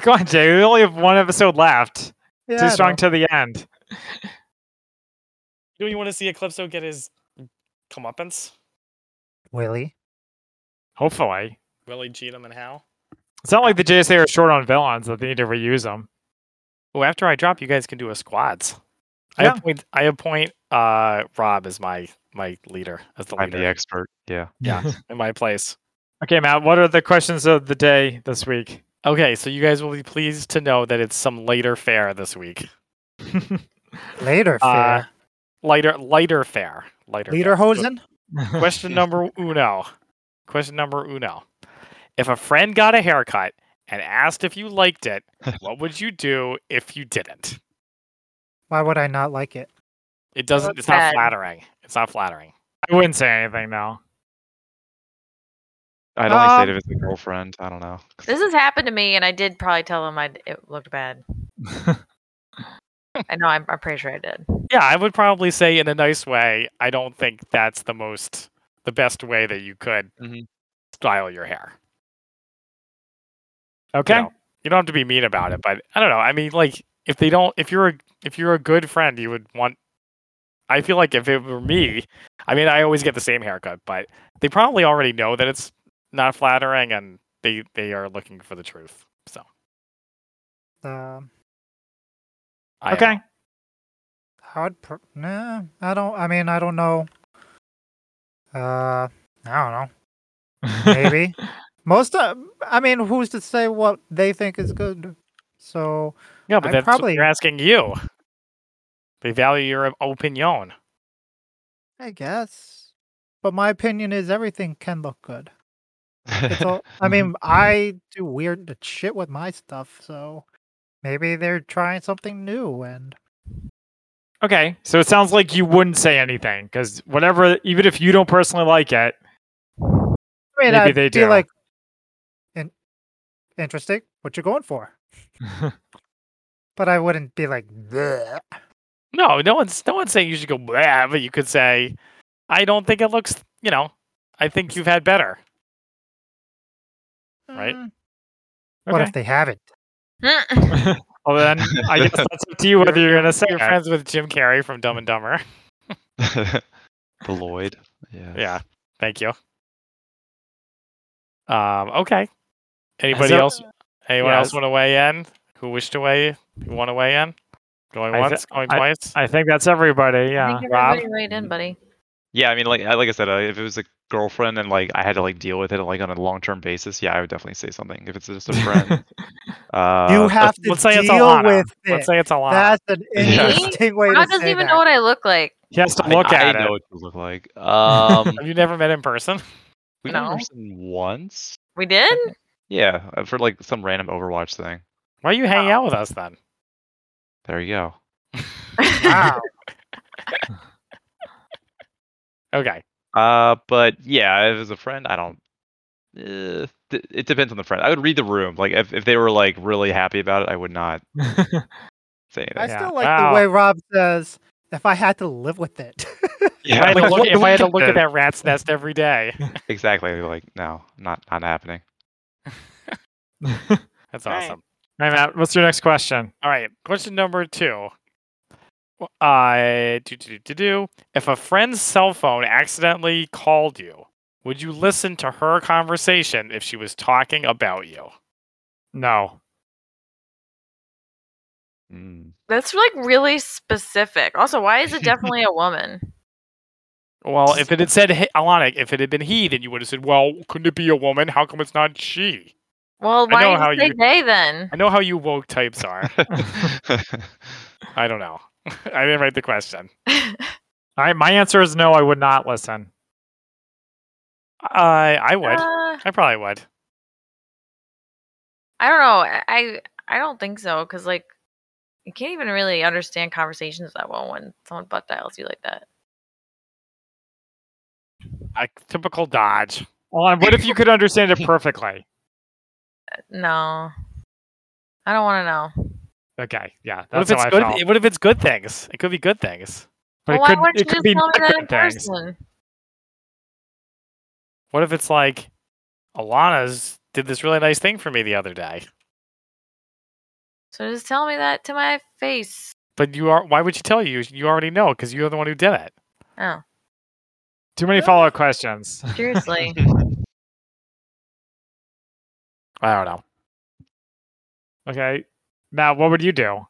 Speaker 2: Go on, Jay. We only have one episode left.
Speaker 1: Yeah,
Speaker 2: Too
Speaker 1: I
Speaker 2: strong
Speaker 1: know.
Speaker 2: to the end.
Speaker 3: Do you want to see Eclipso get his comeuppance?
Speaker 1: Willie.
Speaker 2: Hopefully,
Speaker 3: Willie Cheatham and Hal.
Speaker 2: it's not like the JSA are short on villains that they need to reuse them.
Speaker 3: Oh, after I drop, you guys can do a squads.
Speaker 2: Yeah.
Speaker 3: I appoint I appoint uh Rob as my my leader as the
Speaker 6: I'm the
Speaker 3: leader
Speaker 6: expert. Yeah.
Speaker 3: Yeah. in my place.
Speaker 2: okay, Matt. What are the questions of the day this week?
Speaker 3: Okay, so you guys will be pleased to know that it's some later fare this week.
Speaker 1: Later,
Speaker 3: Uh,
Speaker 1: fair.
Speaker 3: Lighter lighter fare. Lighter fare.
Speaker 1: Lederhosen?
Speaker 3: Question number uno. Question number uno. If a friend got a haircut and asked if you liked it, what would you do if you didn't?
Speaker 1: Why would I not like it?
Speaker 3: It doesn't.
Speaker 5: that's
Speaker 3: It's not
Speaker 5: bad.
Speaker 3: flattering. It's not flattering.
Speaker 2: I wouldn't say anything now.
Speaker 6: I'd only say
Speaker 1: Um,
Speaker 6: it if it's a girlfriend. I don't know.
Speaker 5: This has happened to me, and I did probably tell them I it looked bad. I know. I'm, I'm pretty sure I did.
Speaker 3: Yeah, I would probably say in a nice way. I don't think that's the most, the best way that you could
Speaker 6: Mhm.
Speaker 3: style your hair.
Speaker 2: Okay.
Speaker 3: know, you don't have to be mean about it, but I don't know. I mean, like if they don't, if you're a, if you're a good friend, you would want. I feel like if it were me, I mean, I always get the same haircut, but they probably already know that it's not flattering, and they they are looking for the truth. So
Speaker 1: Um,
Speaker 3: I don't
Speaker 2: okay.
Speaker 3: know.
Speaker 1: hard. Per- nah, I don't. I mean, I don't know. Uh, I don't know. Maybe. Most of. I mean, who's to say what they think is good? So
Speaker 3: Yeah, but
Speaker 1: I
Speaker 3: that's
Speaker 1: probably-
Speaker 3: probably... they're asking you. They value your opinion.
Speaker 1: I guess. But my opinion is everything can look good. It's all, I
Speaker 6: Mhm.
Speaker 1: mean,
Speaker 2: Mm-hmm.
Speaker 1: I do weird shit with my stuff, so maybe they're trying something new. And
Speaker 2: Okay. So it sounds like you wouldn't say anything because whatever, even if you don't personally like it,
Speaker 1: I mean,
Speaker 2: Maybe
Speaker 1: I'd
Speaker 2: they
Speaker 1: be
Speaker 2: do.
Speaker 1: like, in- interesting. What you going for? But I wouldn't be like, "Bleh."
Speaker 3: No, no one's no one's saying you should go blah, but you could say, I don't think it looks. You know, I think you've had better. Right.
Speaker 1: Mm-hmm. "Mm, What if they haven't?
Speaker 2: Well, then I guess that's up to you whether you're gonna say
Speaker 3: You're
Speaker 2: it.
Speaker 3: friends with Jim Carrey from Dumb and Dumber.
Speaker 6: the Lloyd. Yeah.
Speaker 3: Yeah. Thank you. Um. Okay. Anybody
Speaker 2: So-
Speaker 3: else? Anyone
Speaker 2: yeah,
Speaker 3: else
Speaker 2: s-
Speaker 3: want to weigh in? Who wish to weigh? Who want to weigh in? Going
Speaker 2: I thi-
Speaker 3: once? going twice?
Speaker 2: I think that's everybody.
Speaker 5: I
Speaker 2: Yeah,
Speaker 5: think
Speaker 2: Rob.
Speaker 5: everybody weighed in, buddy.
Speaker 6: Yeah, I mean, like, I- like I said, uh, if it was a girlfriend and like I had to like deal with it like on a long term basis, yeah, I would definitely say something. If it's just a friend, uh,
Speaker 1: you have to
Speaker 3: Let's say it's
Speaker 1: deal
Speaker 3: Alana.
Speaker 1: with it.
Speaker 3: Let's say it's Alana.
Speaker 1: That's an
Speaker 6: Yeah.
Speaker 1: interesting way
Speaker 5: Rob
Speaker 1: to say
Speaker 5: doesn't even
Speaker 1: that.
Speaker 5: know what I look like.
Speaker 2: He has to
Speaker 6: I-
Speaker 2: look
Speaker 6: I,
Speaker 2: at
Speaker 6: know
Speaker 2: it.
Speaker 6: what you look like. Um,
Speaker 3: Have you never met in person?
Speaker 6: we met in
Speaker 5: No.
Speaker 6: person once.
Speaker 5: We did?
Speaker 6: Yeah, uh, for like some random Overwatch thing.
Speaker 3: Why are you hanging out with us then?
Speaker 6: There you go.
Speaker 1: Wow.
Speaker 3: Okay.
Speaker 6: Uh, but yeah, if it's a friend, I don't. Uh, d- it depends on the friend. I would read the room. Like if, if they were like really happy about it, I would not say anything.
Speaker 1: I
Speaker 2: Yeah.
Speaker 1: still like
Speaker 3: Wow.
Speaker 1: the way Rob says, if I had to live with it.
Speaker 6: yeah,
Speaker 3: If I had to
Speaker 6: like,
Speaker 3: look,
Speaker 6: what-
Speaker 3: if I had to
Speaker 6: what
Speaker 3: look at
Speaker 6: the-
Speaker 3: that rat's nest every day,
Speaker 6: exactly, like no, not not happening.
Speaker 3: that's
Speaker 5: All right.
Speaker 3: awesome.
Speaker 2: All right, Matt. What's your next question?
Speaker 3: All right, question number two. Wh- Uh, do, do, do, do, do. If a friend's cell phone accidentally called you, would you listen to her conversation if she was talking about you?
Speaker 2: No.
Speaker 6: Mm.
Speaker 5: That's like really specific. Also, why is it definitely a woman?
Speaker 3: Well, if it had said he- Alana, if it had been he, then you would have said, "Well, couldn't it be a woman? How come it's not she?"
Speaker 5: Well,
Speaker 3: I
Speaker 5: why
Speaker 3: know
Speaker 5: did
Speaker 3: how
Speaker 5: you say
Speaker 3: you-
Speaker 5: they then?
Speaker 3: I know how you woke types are. I don't know. I didn't write the question.
Speaker 2: All right, my answer is no. I would not listen.
Speaker 3: I I would.
Speaker 5: Uh,
Speaker 3: I probably would.
Speaker 5: I don't know. I- I I don't think so because like you can't even really understand conversations that well when someone butt dials you like that.
Speaker 3: A typical dodge.
Speaker 2: Well, what if you could understand it perfectly?
Speaker 5: No, I don't want to know.
Speaker 2: Okay, yeah,
Speaker 3: What if
Speaker 2: that's how
Speaker 3: it's
Speaker 2: I
Speaker 3: good?
Speaker 2: felt.
Speaker 3: What if it's good things? It could be good things.
Speaker 2: But
Speaker 5: Well, why
Speaker 2: it could,
Speaker 5: wouldn't
Speaker 2: it
Speaker 5: you
Speaker 2: could
Speaker 5: just
Speaker 2: be
Speaker 5: tell me that in
Speaker 2: different things.
Speaker 5: person?
Speaker 3: What if it's like Alana's did this really nice thing for me the other day?
Speaker 5: So just tell me that to my face.
Speaker 3: But you are why would she tell you? You already know because you're the one who did it.
Speaker 5: Oh,
Speaker 2: Too many follow-up questions.
Speaker 5: seriously.
Speaker 3: I don't know.
Speaker 2: Okay, now what would you do?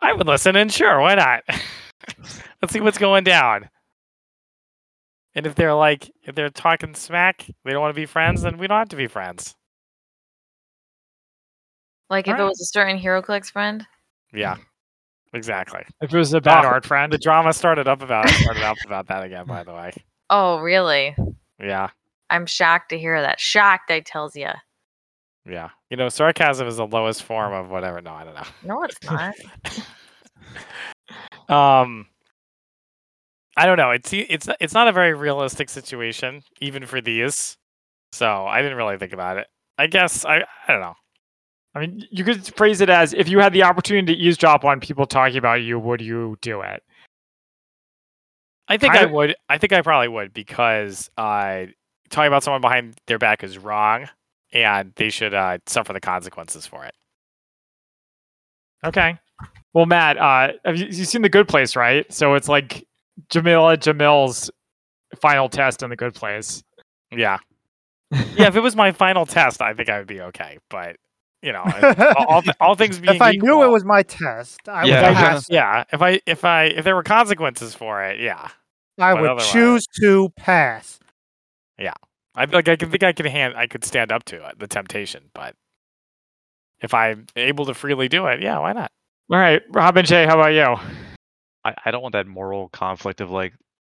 Speaker 3: I would listen and sure, why not? Let's see what's going down. And if they're like if they're talking smack, they don't want to be friends, then we don't have to be friends.
Speaker 5: like if it
Speaker 3: Alright.
Speaker 5: was a certain HeroClix friend.
Speaker 3: Yeah. Exactly.
Speaker 2: If it was a bad
Speaker 3: Oh,
Speaker 2: art friend,
Speaker 3: The drama started up about started up about that again, by the way.
Speaker 5: Oh, really?
Speaker 3: Yeah.
Speaker 5: I'm shocked to hear that. Shocked, I tells ya.
Speaker 3: Yeah. You know, sarcasm is the lowest form of whatever. No, I don't know.
Speaker 5: No, it's not.
Speaker 3: Um, I don't know. It's e- it's it's not a very realistic situation, even for these. So I didn't really think about it. I guess I I don't know.
Speaker 2: I mean, you could phrase it as if you had the opportunity to eavesdrop on people talking about you, would you do it?
Speaker 3: I think I,
Speaker 2: I-
Speaker 3: would. I think I probably would because uh, talking about someone behind their back is wrong, and they should uh, suffer the consequences for it.
Speaker 2: Okay. Well, Matt, uh, have you, you've seen The Good Place, right? So it's like Jamila Jamil's final test in The Good Place.
Speaker 3: Yeah. yeah. If it was my final test, I think I would be okay. But you know, if- all, all, th- all things being
Speaker 1: if I knew it
Speaker 3: equal-
Speaker 1: was my test, I
Speaker 6: Yeah.
Speaker 1: would pass.
Speaker 3: yeah. If I if I if there were consequences for it, yeah.
Speaker 1: I
Speaker 3: But
Speaker 1: would
Speaker 3: otherwise-
Speaker 1: choose to pass.
Speaker 3: I like I can think I can hand I could stand up to it, the temptation, but if I'm able to freely do it, yeah, why not?
Speaker 2: All right, Robin J, how about you?
Speaker 6: I, I don't want that moral conflict of like,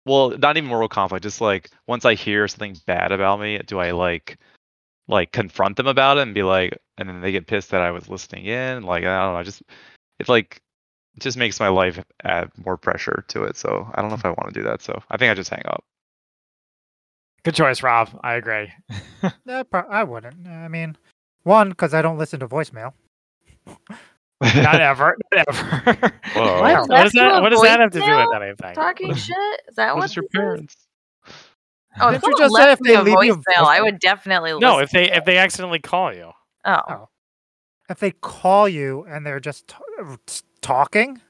Speaker 6: well, not even moral conflict. Just like once I hear something bad about me, do I like, like confront them about it and be like, and then they get pissed that I was listening in. Like I don't know. Just it's like it just makes my life add more pressure to it. So I don't know if I want to do that. So I think I just hang up.
Speaker 2: Good choice, Rob. I agree.
Speaker 1: No, pro- I wouldn't. I mean, one because I don't listen to voicemail.
Speaker 2: Not ever. Not ever.
Speaker 6: Whoa.
Speaker 3: What
Speaker 5: What?
Speaker 3: does
Speaker 5: Left you
Speaker 3: that
Speaker 5: a
Speaker 3: what does that have to do with
Speaker 5: voicemail?
Speaker 3: anything?
Speaker 5: Talking shit? Is that what
Speaker 6: What's your
Speaker 5: this is?
Speaker 6: parents?
Speaker 5: Oh,
Speaker 1: Didn't
Speaker 5: if
Speaker 1: you
Speaker 5: someone
Speaker 1: just say
Speaker 5: left
Speaker 1: if they
Speaker 5: me a
Speaker 1: leave you a
Speaker 5: voicemail, I would definitely
Speaker 3: No,
Speaker 5: listen
Speaker 3: if they
Speaker 5: to it.
Speaker 3: if they accidentally call you.
Speaker 5: oh.
Speaker 1: Oh. if they call you and they're just t- talking,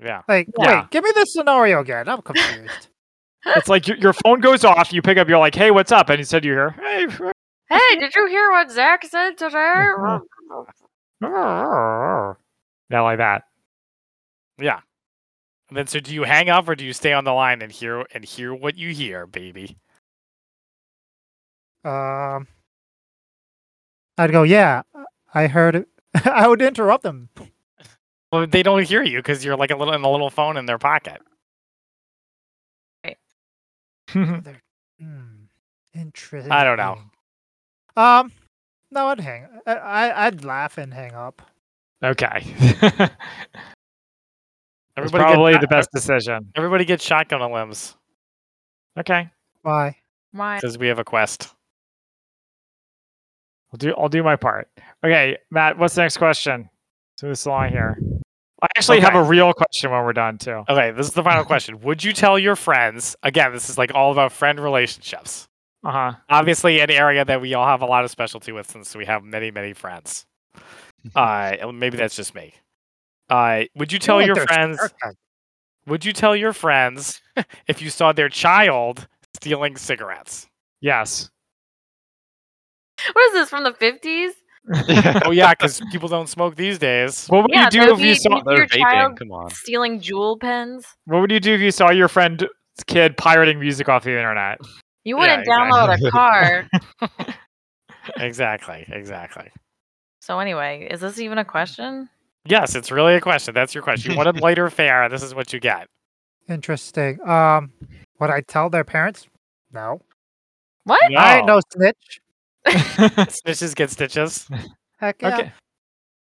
Speaker 2: Yeah.
Speaker 1: like,
Speaker 2: Yeah.
Speaker 1: wait, give me this scenario again. I'm confused.
Speaker 2: It's like your, your phone goes off. You pick up. You're like, "Hey, what's up?" And instead you hear, "Hey."
Speaker 5: Hey, did you hear what Zach said Oh today?
Speaker 2: Now like that.
Speaker 3: Yeah. And then so do you hang up or do you stay on the line and hear and hear what you hear, baby?
Speaker 1: um, I'd go, yeah, I heard it. I would interrupt them.
Speaker 3: Well, they don't hear you because you're like a little in a little phone in their pocket.
Speaker 1: Hmm, interesting.
Speaker 3: I don't know.
Speaker 1: Um, no, I'd hang. I, I I'd laugh and hang up.
Speaker 2: okay. It's
Speaker 3: Everybody
Speaker 2: probably
Speaker 3: get,
Speaker 2: the best decision.
Speaker 3: Everybody gets shotgun on limbs
Speaker 2: Okay.
Speaker 1: Why?
Speaker 5: My
Speaker 3: because we have a quest.
Speaker 2: I'll do. I'll do my part. Okay, Matt. What's the next question? So this along here. I actually have a real question when we're done too.
Speaker 3: Okay, this is the final question. Would you tell your friends? Again, this is like all about friend relationships.
Speaker 2: Uh huh.
Speaker 3: Obviously, an area that we all have a lot of specialty with since we have many, many friends. Uh, and maybe that's just me. Uh, would you tell
Speaker 1: like
Speaker 3: your
Speaker 1: their
Speaker 3: friends?
Speaker 1: Okay.
Speaker 3: Would you tell your friends if you saw their child stealing cigarettes?
Speaker 2: Yes.
Speaker 5: What is this from the fifties?
Speaker 3: Oh yeah, because people don't smoke these days.
Speaker 2: What would
Speaker 5: Yeah,
Speaker 2: you
Speaker 5: that
Speaker 2: do
Speaker 5: would
Speaker 2: if you
Speaker 5: be-
Speaker 2: saw?
Speaker 6: They're
Speaker 5: Your
Speaker 6: Oh, vaping.
Speaker 5: child-
Speaker 6: Come on.
Speaker 5: Stealing jewel pens?
Speaker 2: What would you do if you saw your friend's kid pirating music off the internet?
Speaker 5: You
Speaker 3: Yeah,
Speaker 5: wouldn't
Speaker 3: exactly.
Speaker 5: download a car.
Speaker 3: Exactly, exactly.
Speaker 5: so anyway, is this even a question?
Speaker 3: Yes, it's really a question. That's your question. You wanted lighter fare. This is what you get.
Speaker 1: Interesting. Um, would I tell their parents? No.
Speaker 5: What?
Speaker 1: I
Speaker 3: Oh.
Speaker 1: ain't no snitch.
Speaker 3: Snitches get stitches.
Speaker 1: Heck yeah.
Speaker 2: Okay.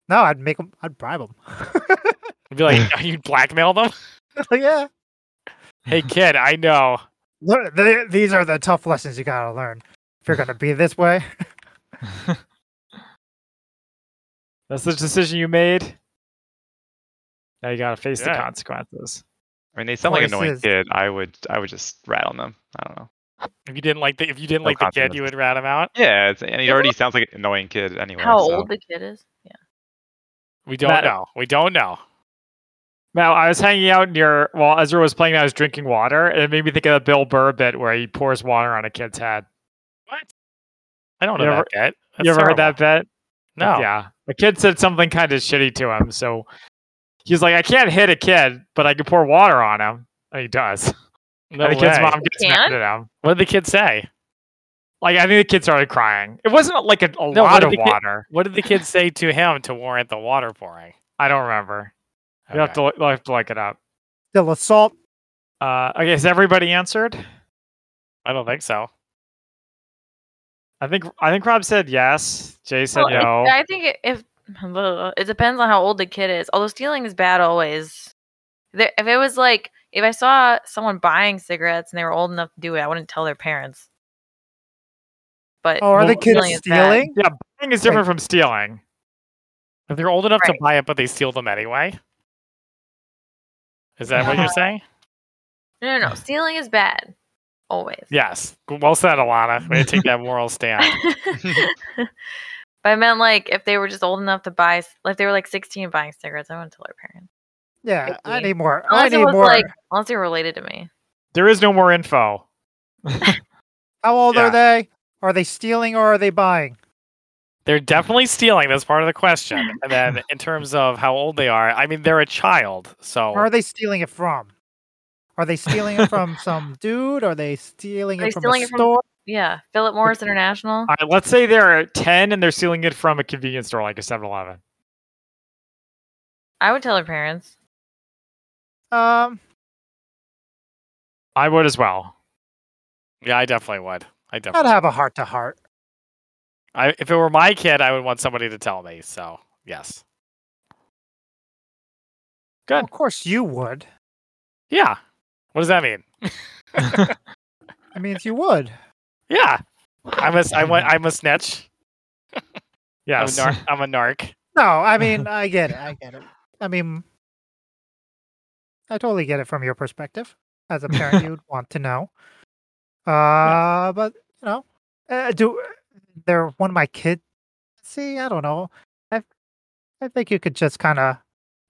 Speaker 1: No, I'd make them. I'd bribe them.
Speaker 3: You'd be like, you blackmail them.
Speaker 1: yeah.
Speaker 3: Hey kid, I know.
Speaker 1: Lear- th- These are the tough lessons you gotta learn if you're gonna be this way.
Speaker 2: That's the decision you made. Now you gotta face the
Speaker 3: Yeah.
Speaker 2: consequences.
Speaker 6: I mean, they sound like an annoying
Speaker 1: Voices.
Speaker 6: kid. I would, I would just rat on them. I don't know.
Speaker 3: If you didn't like the if you didn't
Speaker 6: No
Speaker 3: like the kid, you
Speaker 6: consequences.
Speaker 3: would rat him out.
Speaker 6: Yeah, it's, and he already sounds like an annoying kid anyway.
Speaker 5: How
Speaker 6: so.
Speaker 5: old the kid is? Yeah.
Speaker 3: We don't
Speaker 2: Matt-
Speaker 3: know. We don't know.
Speaker 2: Now I was hanging out near while Ezra was playing. I was drinking water, and it made me think of the Bill Burr bit where he pours water on a kid's head.
Speaker 3: I don't know
Speaker 2: You
Speaker 3: that bit. That's
Speaker 2: you ever heard
Speaker 3: terrible.
Speaker 2: that bit?
Speaker 3: No.
Speaker 2: Yeah, a kid said something kind of shitty to him, so he's like, "I can't hit a kid, but I can pour water on him," and he does.
Speaker 3: No
Speaker 2: and the kid's
Speaker 3: way.
Speaker 2: mom gets mad
Speaker 5: can?
Speaker 2: at him.
Speaker 3: What did the kid say?
Speaker 2: Like I think the kid started crying. It wasn't like a, a
Speaker 3: No, what
Speaker 2: lot
Speaker 3: did
Speaker 2: of
Speaker 3: the kid-
Speaker 2: water.
Speaker 3: What did the kid say to him to warrant the water pouring?
Speaker 2: I don't remember. You have
Speaker 3: Okay.
Speaker 2: to look- you'll have to look it up.
Speaker 1: Still assault.
Speaker 2: Uh, okay, has everybody answered?
Speaker 3: I don't think so.
Speaker 2: I think I think Rob said yes. Jay said
Speaker 5: Well, it-
Speaker 2: no.
Speaker 5: I think it, if it depends on how old the kid is. Although stealing is bad always. There, if it was like if I saw someone buying cigarettes and they were old enough to do it, I wouldn't tell their parents. But
Speaker 1: Oh, are the
Speaker 5: well,
Speaker 1: kids
Speaker 5: is bad.
Speaker 1: stealing?
Speaker 2: Yeah, buying is different from stealing.
Speaker 3: If they're old enough
Speaker 5: Right.
Speaker 3: to buy it, but they steal them anyway. Is that what you're
Speaker 5: Uh,
Speaker 3: saying?
Speaker 5: No, no, no. Stealing is bad. Always.
Speaker 3: Yes. G- Well said, Alana. Way to take that moral stand.
Speaker 5: but I meant like if they were just old enough to buy, like they were like 16 and buying cigarettes, I wouldn't tell their parents.
Speaker 1: Yeah, I
Speaker 5: Fifteen.
Speaker 1: need more.
Speaker 5: Unless
Speaker 1: I
Speaker 5: it
Speaker 1: need
Speaker 5: was
Speaker 1: more.
Speaker 5: like unless they were related to me.
Speaker 2: There is no more info.
Speaker 1: How old
Speaker 2: yeah.
Speaker 1: are they? Are they stealing or are they buying?
Speaker 3: They're definitely stealing. That's part of the question. And then, in terms of how old they are, I mean, they're a child.
Speaker 2: Oh.
Speaker 3: So
Speaker 1: Where are they stealing it from? Are they stealing it from some dude? Are they stealing
Speaker 5: Are
Speaker 1: it
Speaker 5: they
Speaker 1: from
Speaker 5: stealing
Speaker 1: a
Speaker 5: it from-
Speaker 1: store?
Speaker 5: Yeah, Philip Morris International.
Speaker 3: uh,
Speaker 2: All right, let's say they're 10 and they're stealing it from a convenience store like a 7 Eleven.
Speaker 5: I would tell their parents.
Speaker 1: Um,
Speaker 2: I would as well.
Speaker 3: yeah, I definitely would. I
Speaker 1: I'd
Speaker 3: definitely.
Speaker 1: have a heart to heart.
Speaker 3: I, if it were my kid, I would want somebody to tell me. So yes.
Speaker 2: Good.
Speaker 1: Of course you would.
Speaker 3: Yeah. What does that mean?
Speaker 1: It means you would.
Speaker 3: Yeah. I'm a, s- I wa- I'm a snitch.
Speaker 2: Yes.
Speaker 3: I'm, a nar- I'm a narc.
Speaker 1: No, I mean I get it. I get it. I mean, I totally get it from your perspective. As a parent, you'd want to know. Uh, but you know, uh, do they're one of my kids? see, I don't know. I I think you could just kind of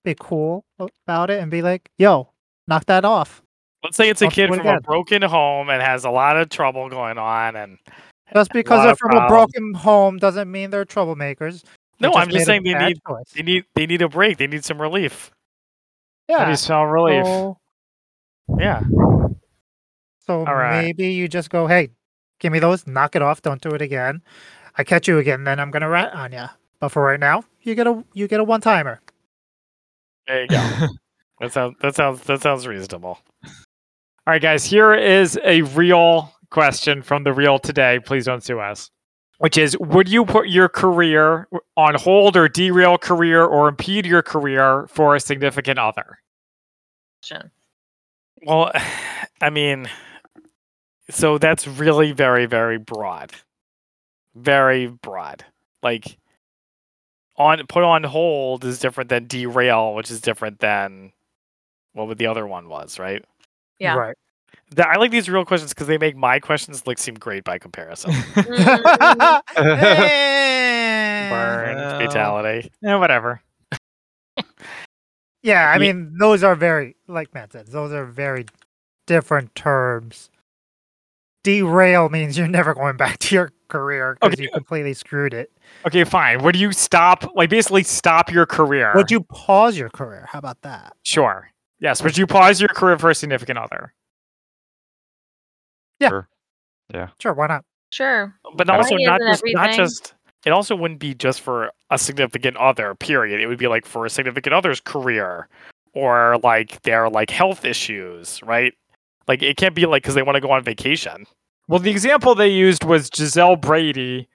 Speaker 1: be cool about it and be like, "Yo, knock that off."
Speaker 3: Let's say it's a
Speaker 1: I'll
Speaker 3: kid
Speaker 1: swear
Speaker 3: from
Speaker 1: to
Speaker 3: a
Speaker 1: God.
Speaker 3: broken home and has a lot of trouble going on, and
Speaker 1: Just because
Speaker 3: lot
Speaker 1: they're
Speaker 3: of
Speaker 1: from a
Speaker 3: problems.
Speaker 1: broken home doesn't mean they're troublemakers. They
Speaker 3: No, I'm just
Speaker 1: made a
Speaker 3: saying they
Speaker 1: bad
Speaker 3: need-
Speaker 1: choice.
Speaker 3: they need they need a break. They need some relief.
Speaker 2: How do
Speaker 1: Yeah.
Speaker 2: you spell relief?
Speaker 3: Oh,
Speaker 1: So,
Speaker 3: Yeah.
Speaker 1: Oh. so
Speaker 2: All right.
Speaker 1: maybe you just go, "Hey, give me those. Knock it off. Don't do it again. I catch you again, then I'm gonna rat on you." But for right now, you get a you get a one timer.
Speaker 3: There you go. that sounds that sounds that sounds reasonable.
Speaker 2: All right, guys, here is a real question from the real today. Please don't sue us. Which is Would you put your career on hold or derail career or impede your career for a significant other?
Speaker 5: Question.
Speaker 3: Well, I mean, so that's really very very broad, very broad. Like, on put on hold is different than derail, which is different than what would the other one was, right?
Speaker 5: Yeah.
Speaker 1: Right.
Speaker 3: Th- I like these real questions because they make my questions like seem great by comparison.
Speaker 5: Mm,
Speaker 1: Eh.
Speaker 3: Burn
Speaker 6: Well.
Speaker 3: fatality. Eh,
Speaker 2: Yeah, whatever.
Speaker 1: Yeah, I
Speaker 3: Ye-
Speaker 1: mean, those are very, like Matt said, those are very different terms. Derail means you're never going back to your career because
Speaker 2: Okay.
Speaker 1: you completely screwed it.
Speaker 2: Okay, fine. Would you stop, like, basically stop your career?
Speaker 1: Would you pause your career? How about that?
Speaker 2: Sure. Yes. Would you pause your career for a significant other?
Speaker 1: Sure, why not?
Speaker 5: sure.
Speaker 3: But
Speaker 6: Money
Speaker 3: also not
Speaker 5: isn't
Speaker 3: just not
Speaker 5: everything.
Speaker 3: just it also wouldn't be just for a significant other, period. It would be like for a significant other's career or like their like health issues, right? Like it can't be like because they want to go on vacation.
Speaker 2: Well, the example they used was Giselle Brady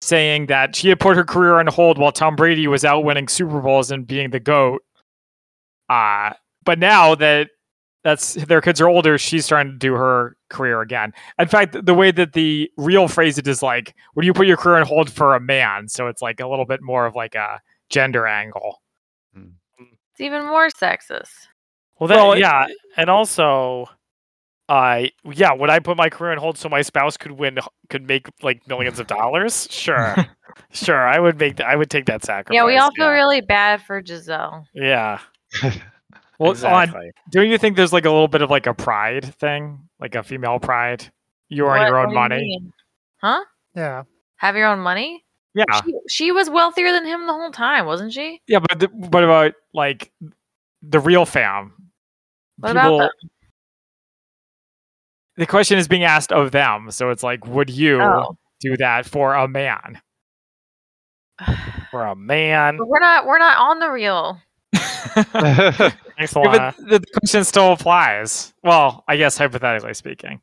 Speaker 2: saying that she had put her career on hold while Tom Brady was out winning Super Bowls and being the GOAT. Uh, but now that that's their kids are older, she's starting to do her career again. In fact, the way that the real phrase it is like, would you put your career on hold for a man? So it's like a little bit more of like a gender angle.
Speaker 5: It's even more sexist.
Speaker 3: Well, that,
Speaker 2: Well,
Speaker 3: yeah, and also, I yeah, would I put my career on hold so my spouse could win, could make like millions of dollars? Sure, sure, I would make, th- I would take that sacrifice.
Speaker 5: Yeah, we all feel
Speaker 3: yeah.
Speaker 5: really bad for Giselle.
Speaker 3: Yeah,
Speaker 2: Well, on,
Speaker 3: exactly.
Speaker 2: don't you think there's like a little bit of like a pride thing, like a female pride? You earn
Speaker 5: What-
Speaker 2: your
Speaker 5: what do
Speaker 2: own
Speaker 5: you
Speaker 2: money.
Speaker 5: mean? Huh?
Speaker 1: Yeah.
Speaker 5: Have your own money?
Speaker 2: Yeah.
Speaker 5: She, she was wealthier than him the whole time, wasn't she?
Speaker 2: Yeah, but the, what about like the real fam?
Speaker 5: What about them?
Speaker 2: The question is being asked of them, so it's like, would you do that for a man?
Speaker 5: Oh.
Speaker 3: For a man,
Speaker 5: But we're not we're not on the reel.
Speaker 3: thanks
Speaker 2: Yeah,
Speaker 3: Alana.
Speaker 2: but the, the question still applies. Well, I guess hypothetically speaking.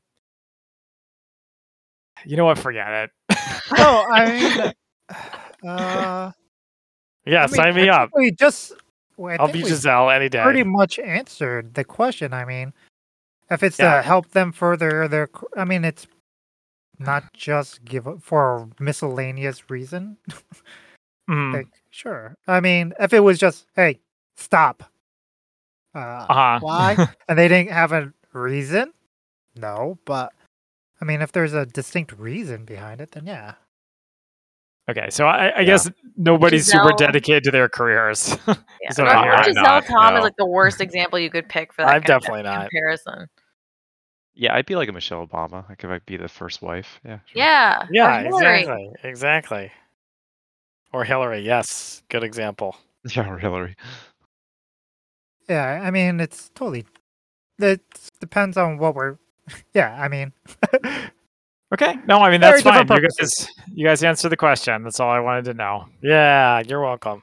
Speaker 2: You know what? Forget it.
Speaker 1: No, I mean, uh,
Speaker 3: Yeah,
Speaker 1: I mean,
Speaker 3: sign me
Speaker 1: I
Speaker 3: up.
Speaker 1: think We just, well, I
Speaker 3: I'll
Speaker 1: think
Speaker 3: be
Speaker 1: we
Speaker 3: Giselle any day.
Speaker 1: pretty much answered the question. I mean, if it's
Speaker 3: Yeah.
Speaker 1: to help them further their, c- I mean, it's not just give up for a miscellaneous reason.
Speaker 3: Hmm.
Speaker 2: Mm,
Speaker 1: Like, sure. I mean, if it was just, hey, stop. Uh,
Speaker 2: uh-huh.
Speaker 1: Why? and they didn't have a reason? No, but I mean, if there's a distinct reason behind it, then yeah.
Speaker 2: Okay, so I, I guess nobody's super
Speaker 5: Giselle.
Speaker 2: dedicated to their careers.
Speaker 5: Yeah.
Speaker 2: So
Speaker 5: Or-
Speaker 2: I'm
Speaker 5: or
Speaker 2: not-
Speaker 5: Giselle
Speaker 6: not,
Speaker 5: Tom
Speaker 6: no.
Speaker 5: is like the worst example you could pick for that.
Speaker 3: I'm
Speaker 5: kind of
Speaker 3: definitely not.
Speaker 5: comparison.
Speaker 6: yeah, I'd be like a Michelle Obama. I could like be the first wife. Yeah. sure.
Speaker 5: Yeah. or
Speaker 3: yeah,
Speaker 5: Hillary.
Speaker 3: exactly, exactly. Or Hillary, yes, good example.
Speaker 6: Yeah, or Hillary.
Speaker 1: Yeah, I mean, it's totally. It depends on what we're. Yeah, I mean,
Speaker 2: Okay. No, I mean that's
Speaker 1: Very
Speaker 2: fine.
Speaker 1: different
Speaker 2: You guys, you guys answered the question. That's all I wanted to know.
Speaker 3: Yeah, you're welcome.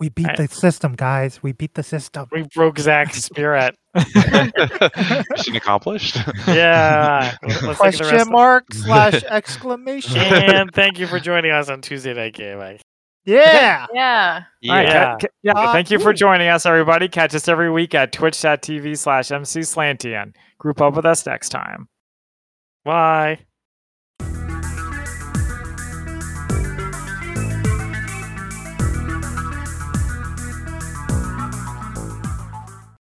Speaker 1: we beat
Speaker 2: I-
Speaker 1: the system, guys. We beat the system.
Speaker 3: We broke Zach's spirit.
Speaker 6: Mission accomplished.
Speaker 3: Yeah. Let's take the rest
Speaker 1: Question
Speaker 3: of-
Speaker 1: mark slash exclamation.
Speaker 3: and thank you for joining us on Tuesday Night Gaming.
Speaker 1: yeah.
Speaker 5: Yeah.
Speaker 2: All right,
Speaker 6: Yeah.
Speaker 2: ca- ca- yeah.
Speaker 1: Uh,
Speaker 2: thank you for
Speaker 1: ooh.
Speaker 2: joining us, everybody. Catch us every week at twitch.tv slash MC Slantian. Group up with us next time.
Speaker 3: Bye.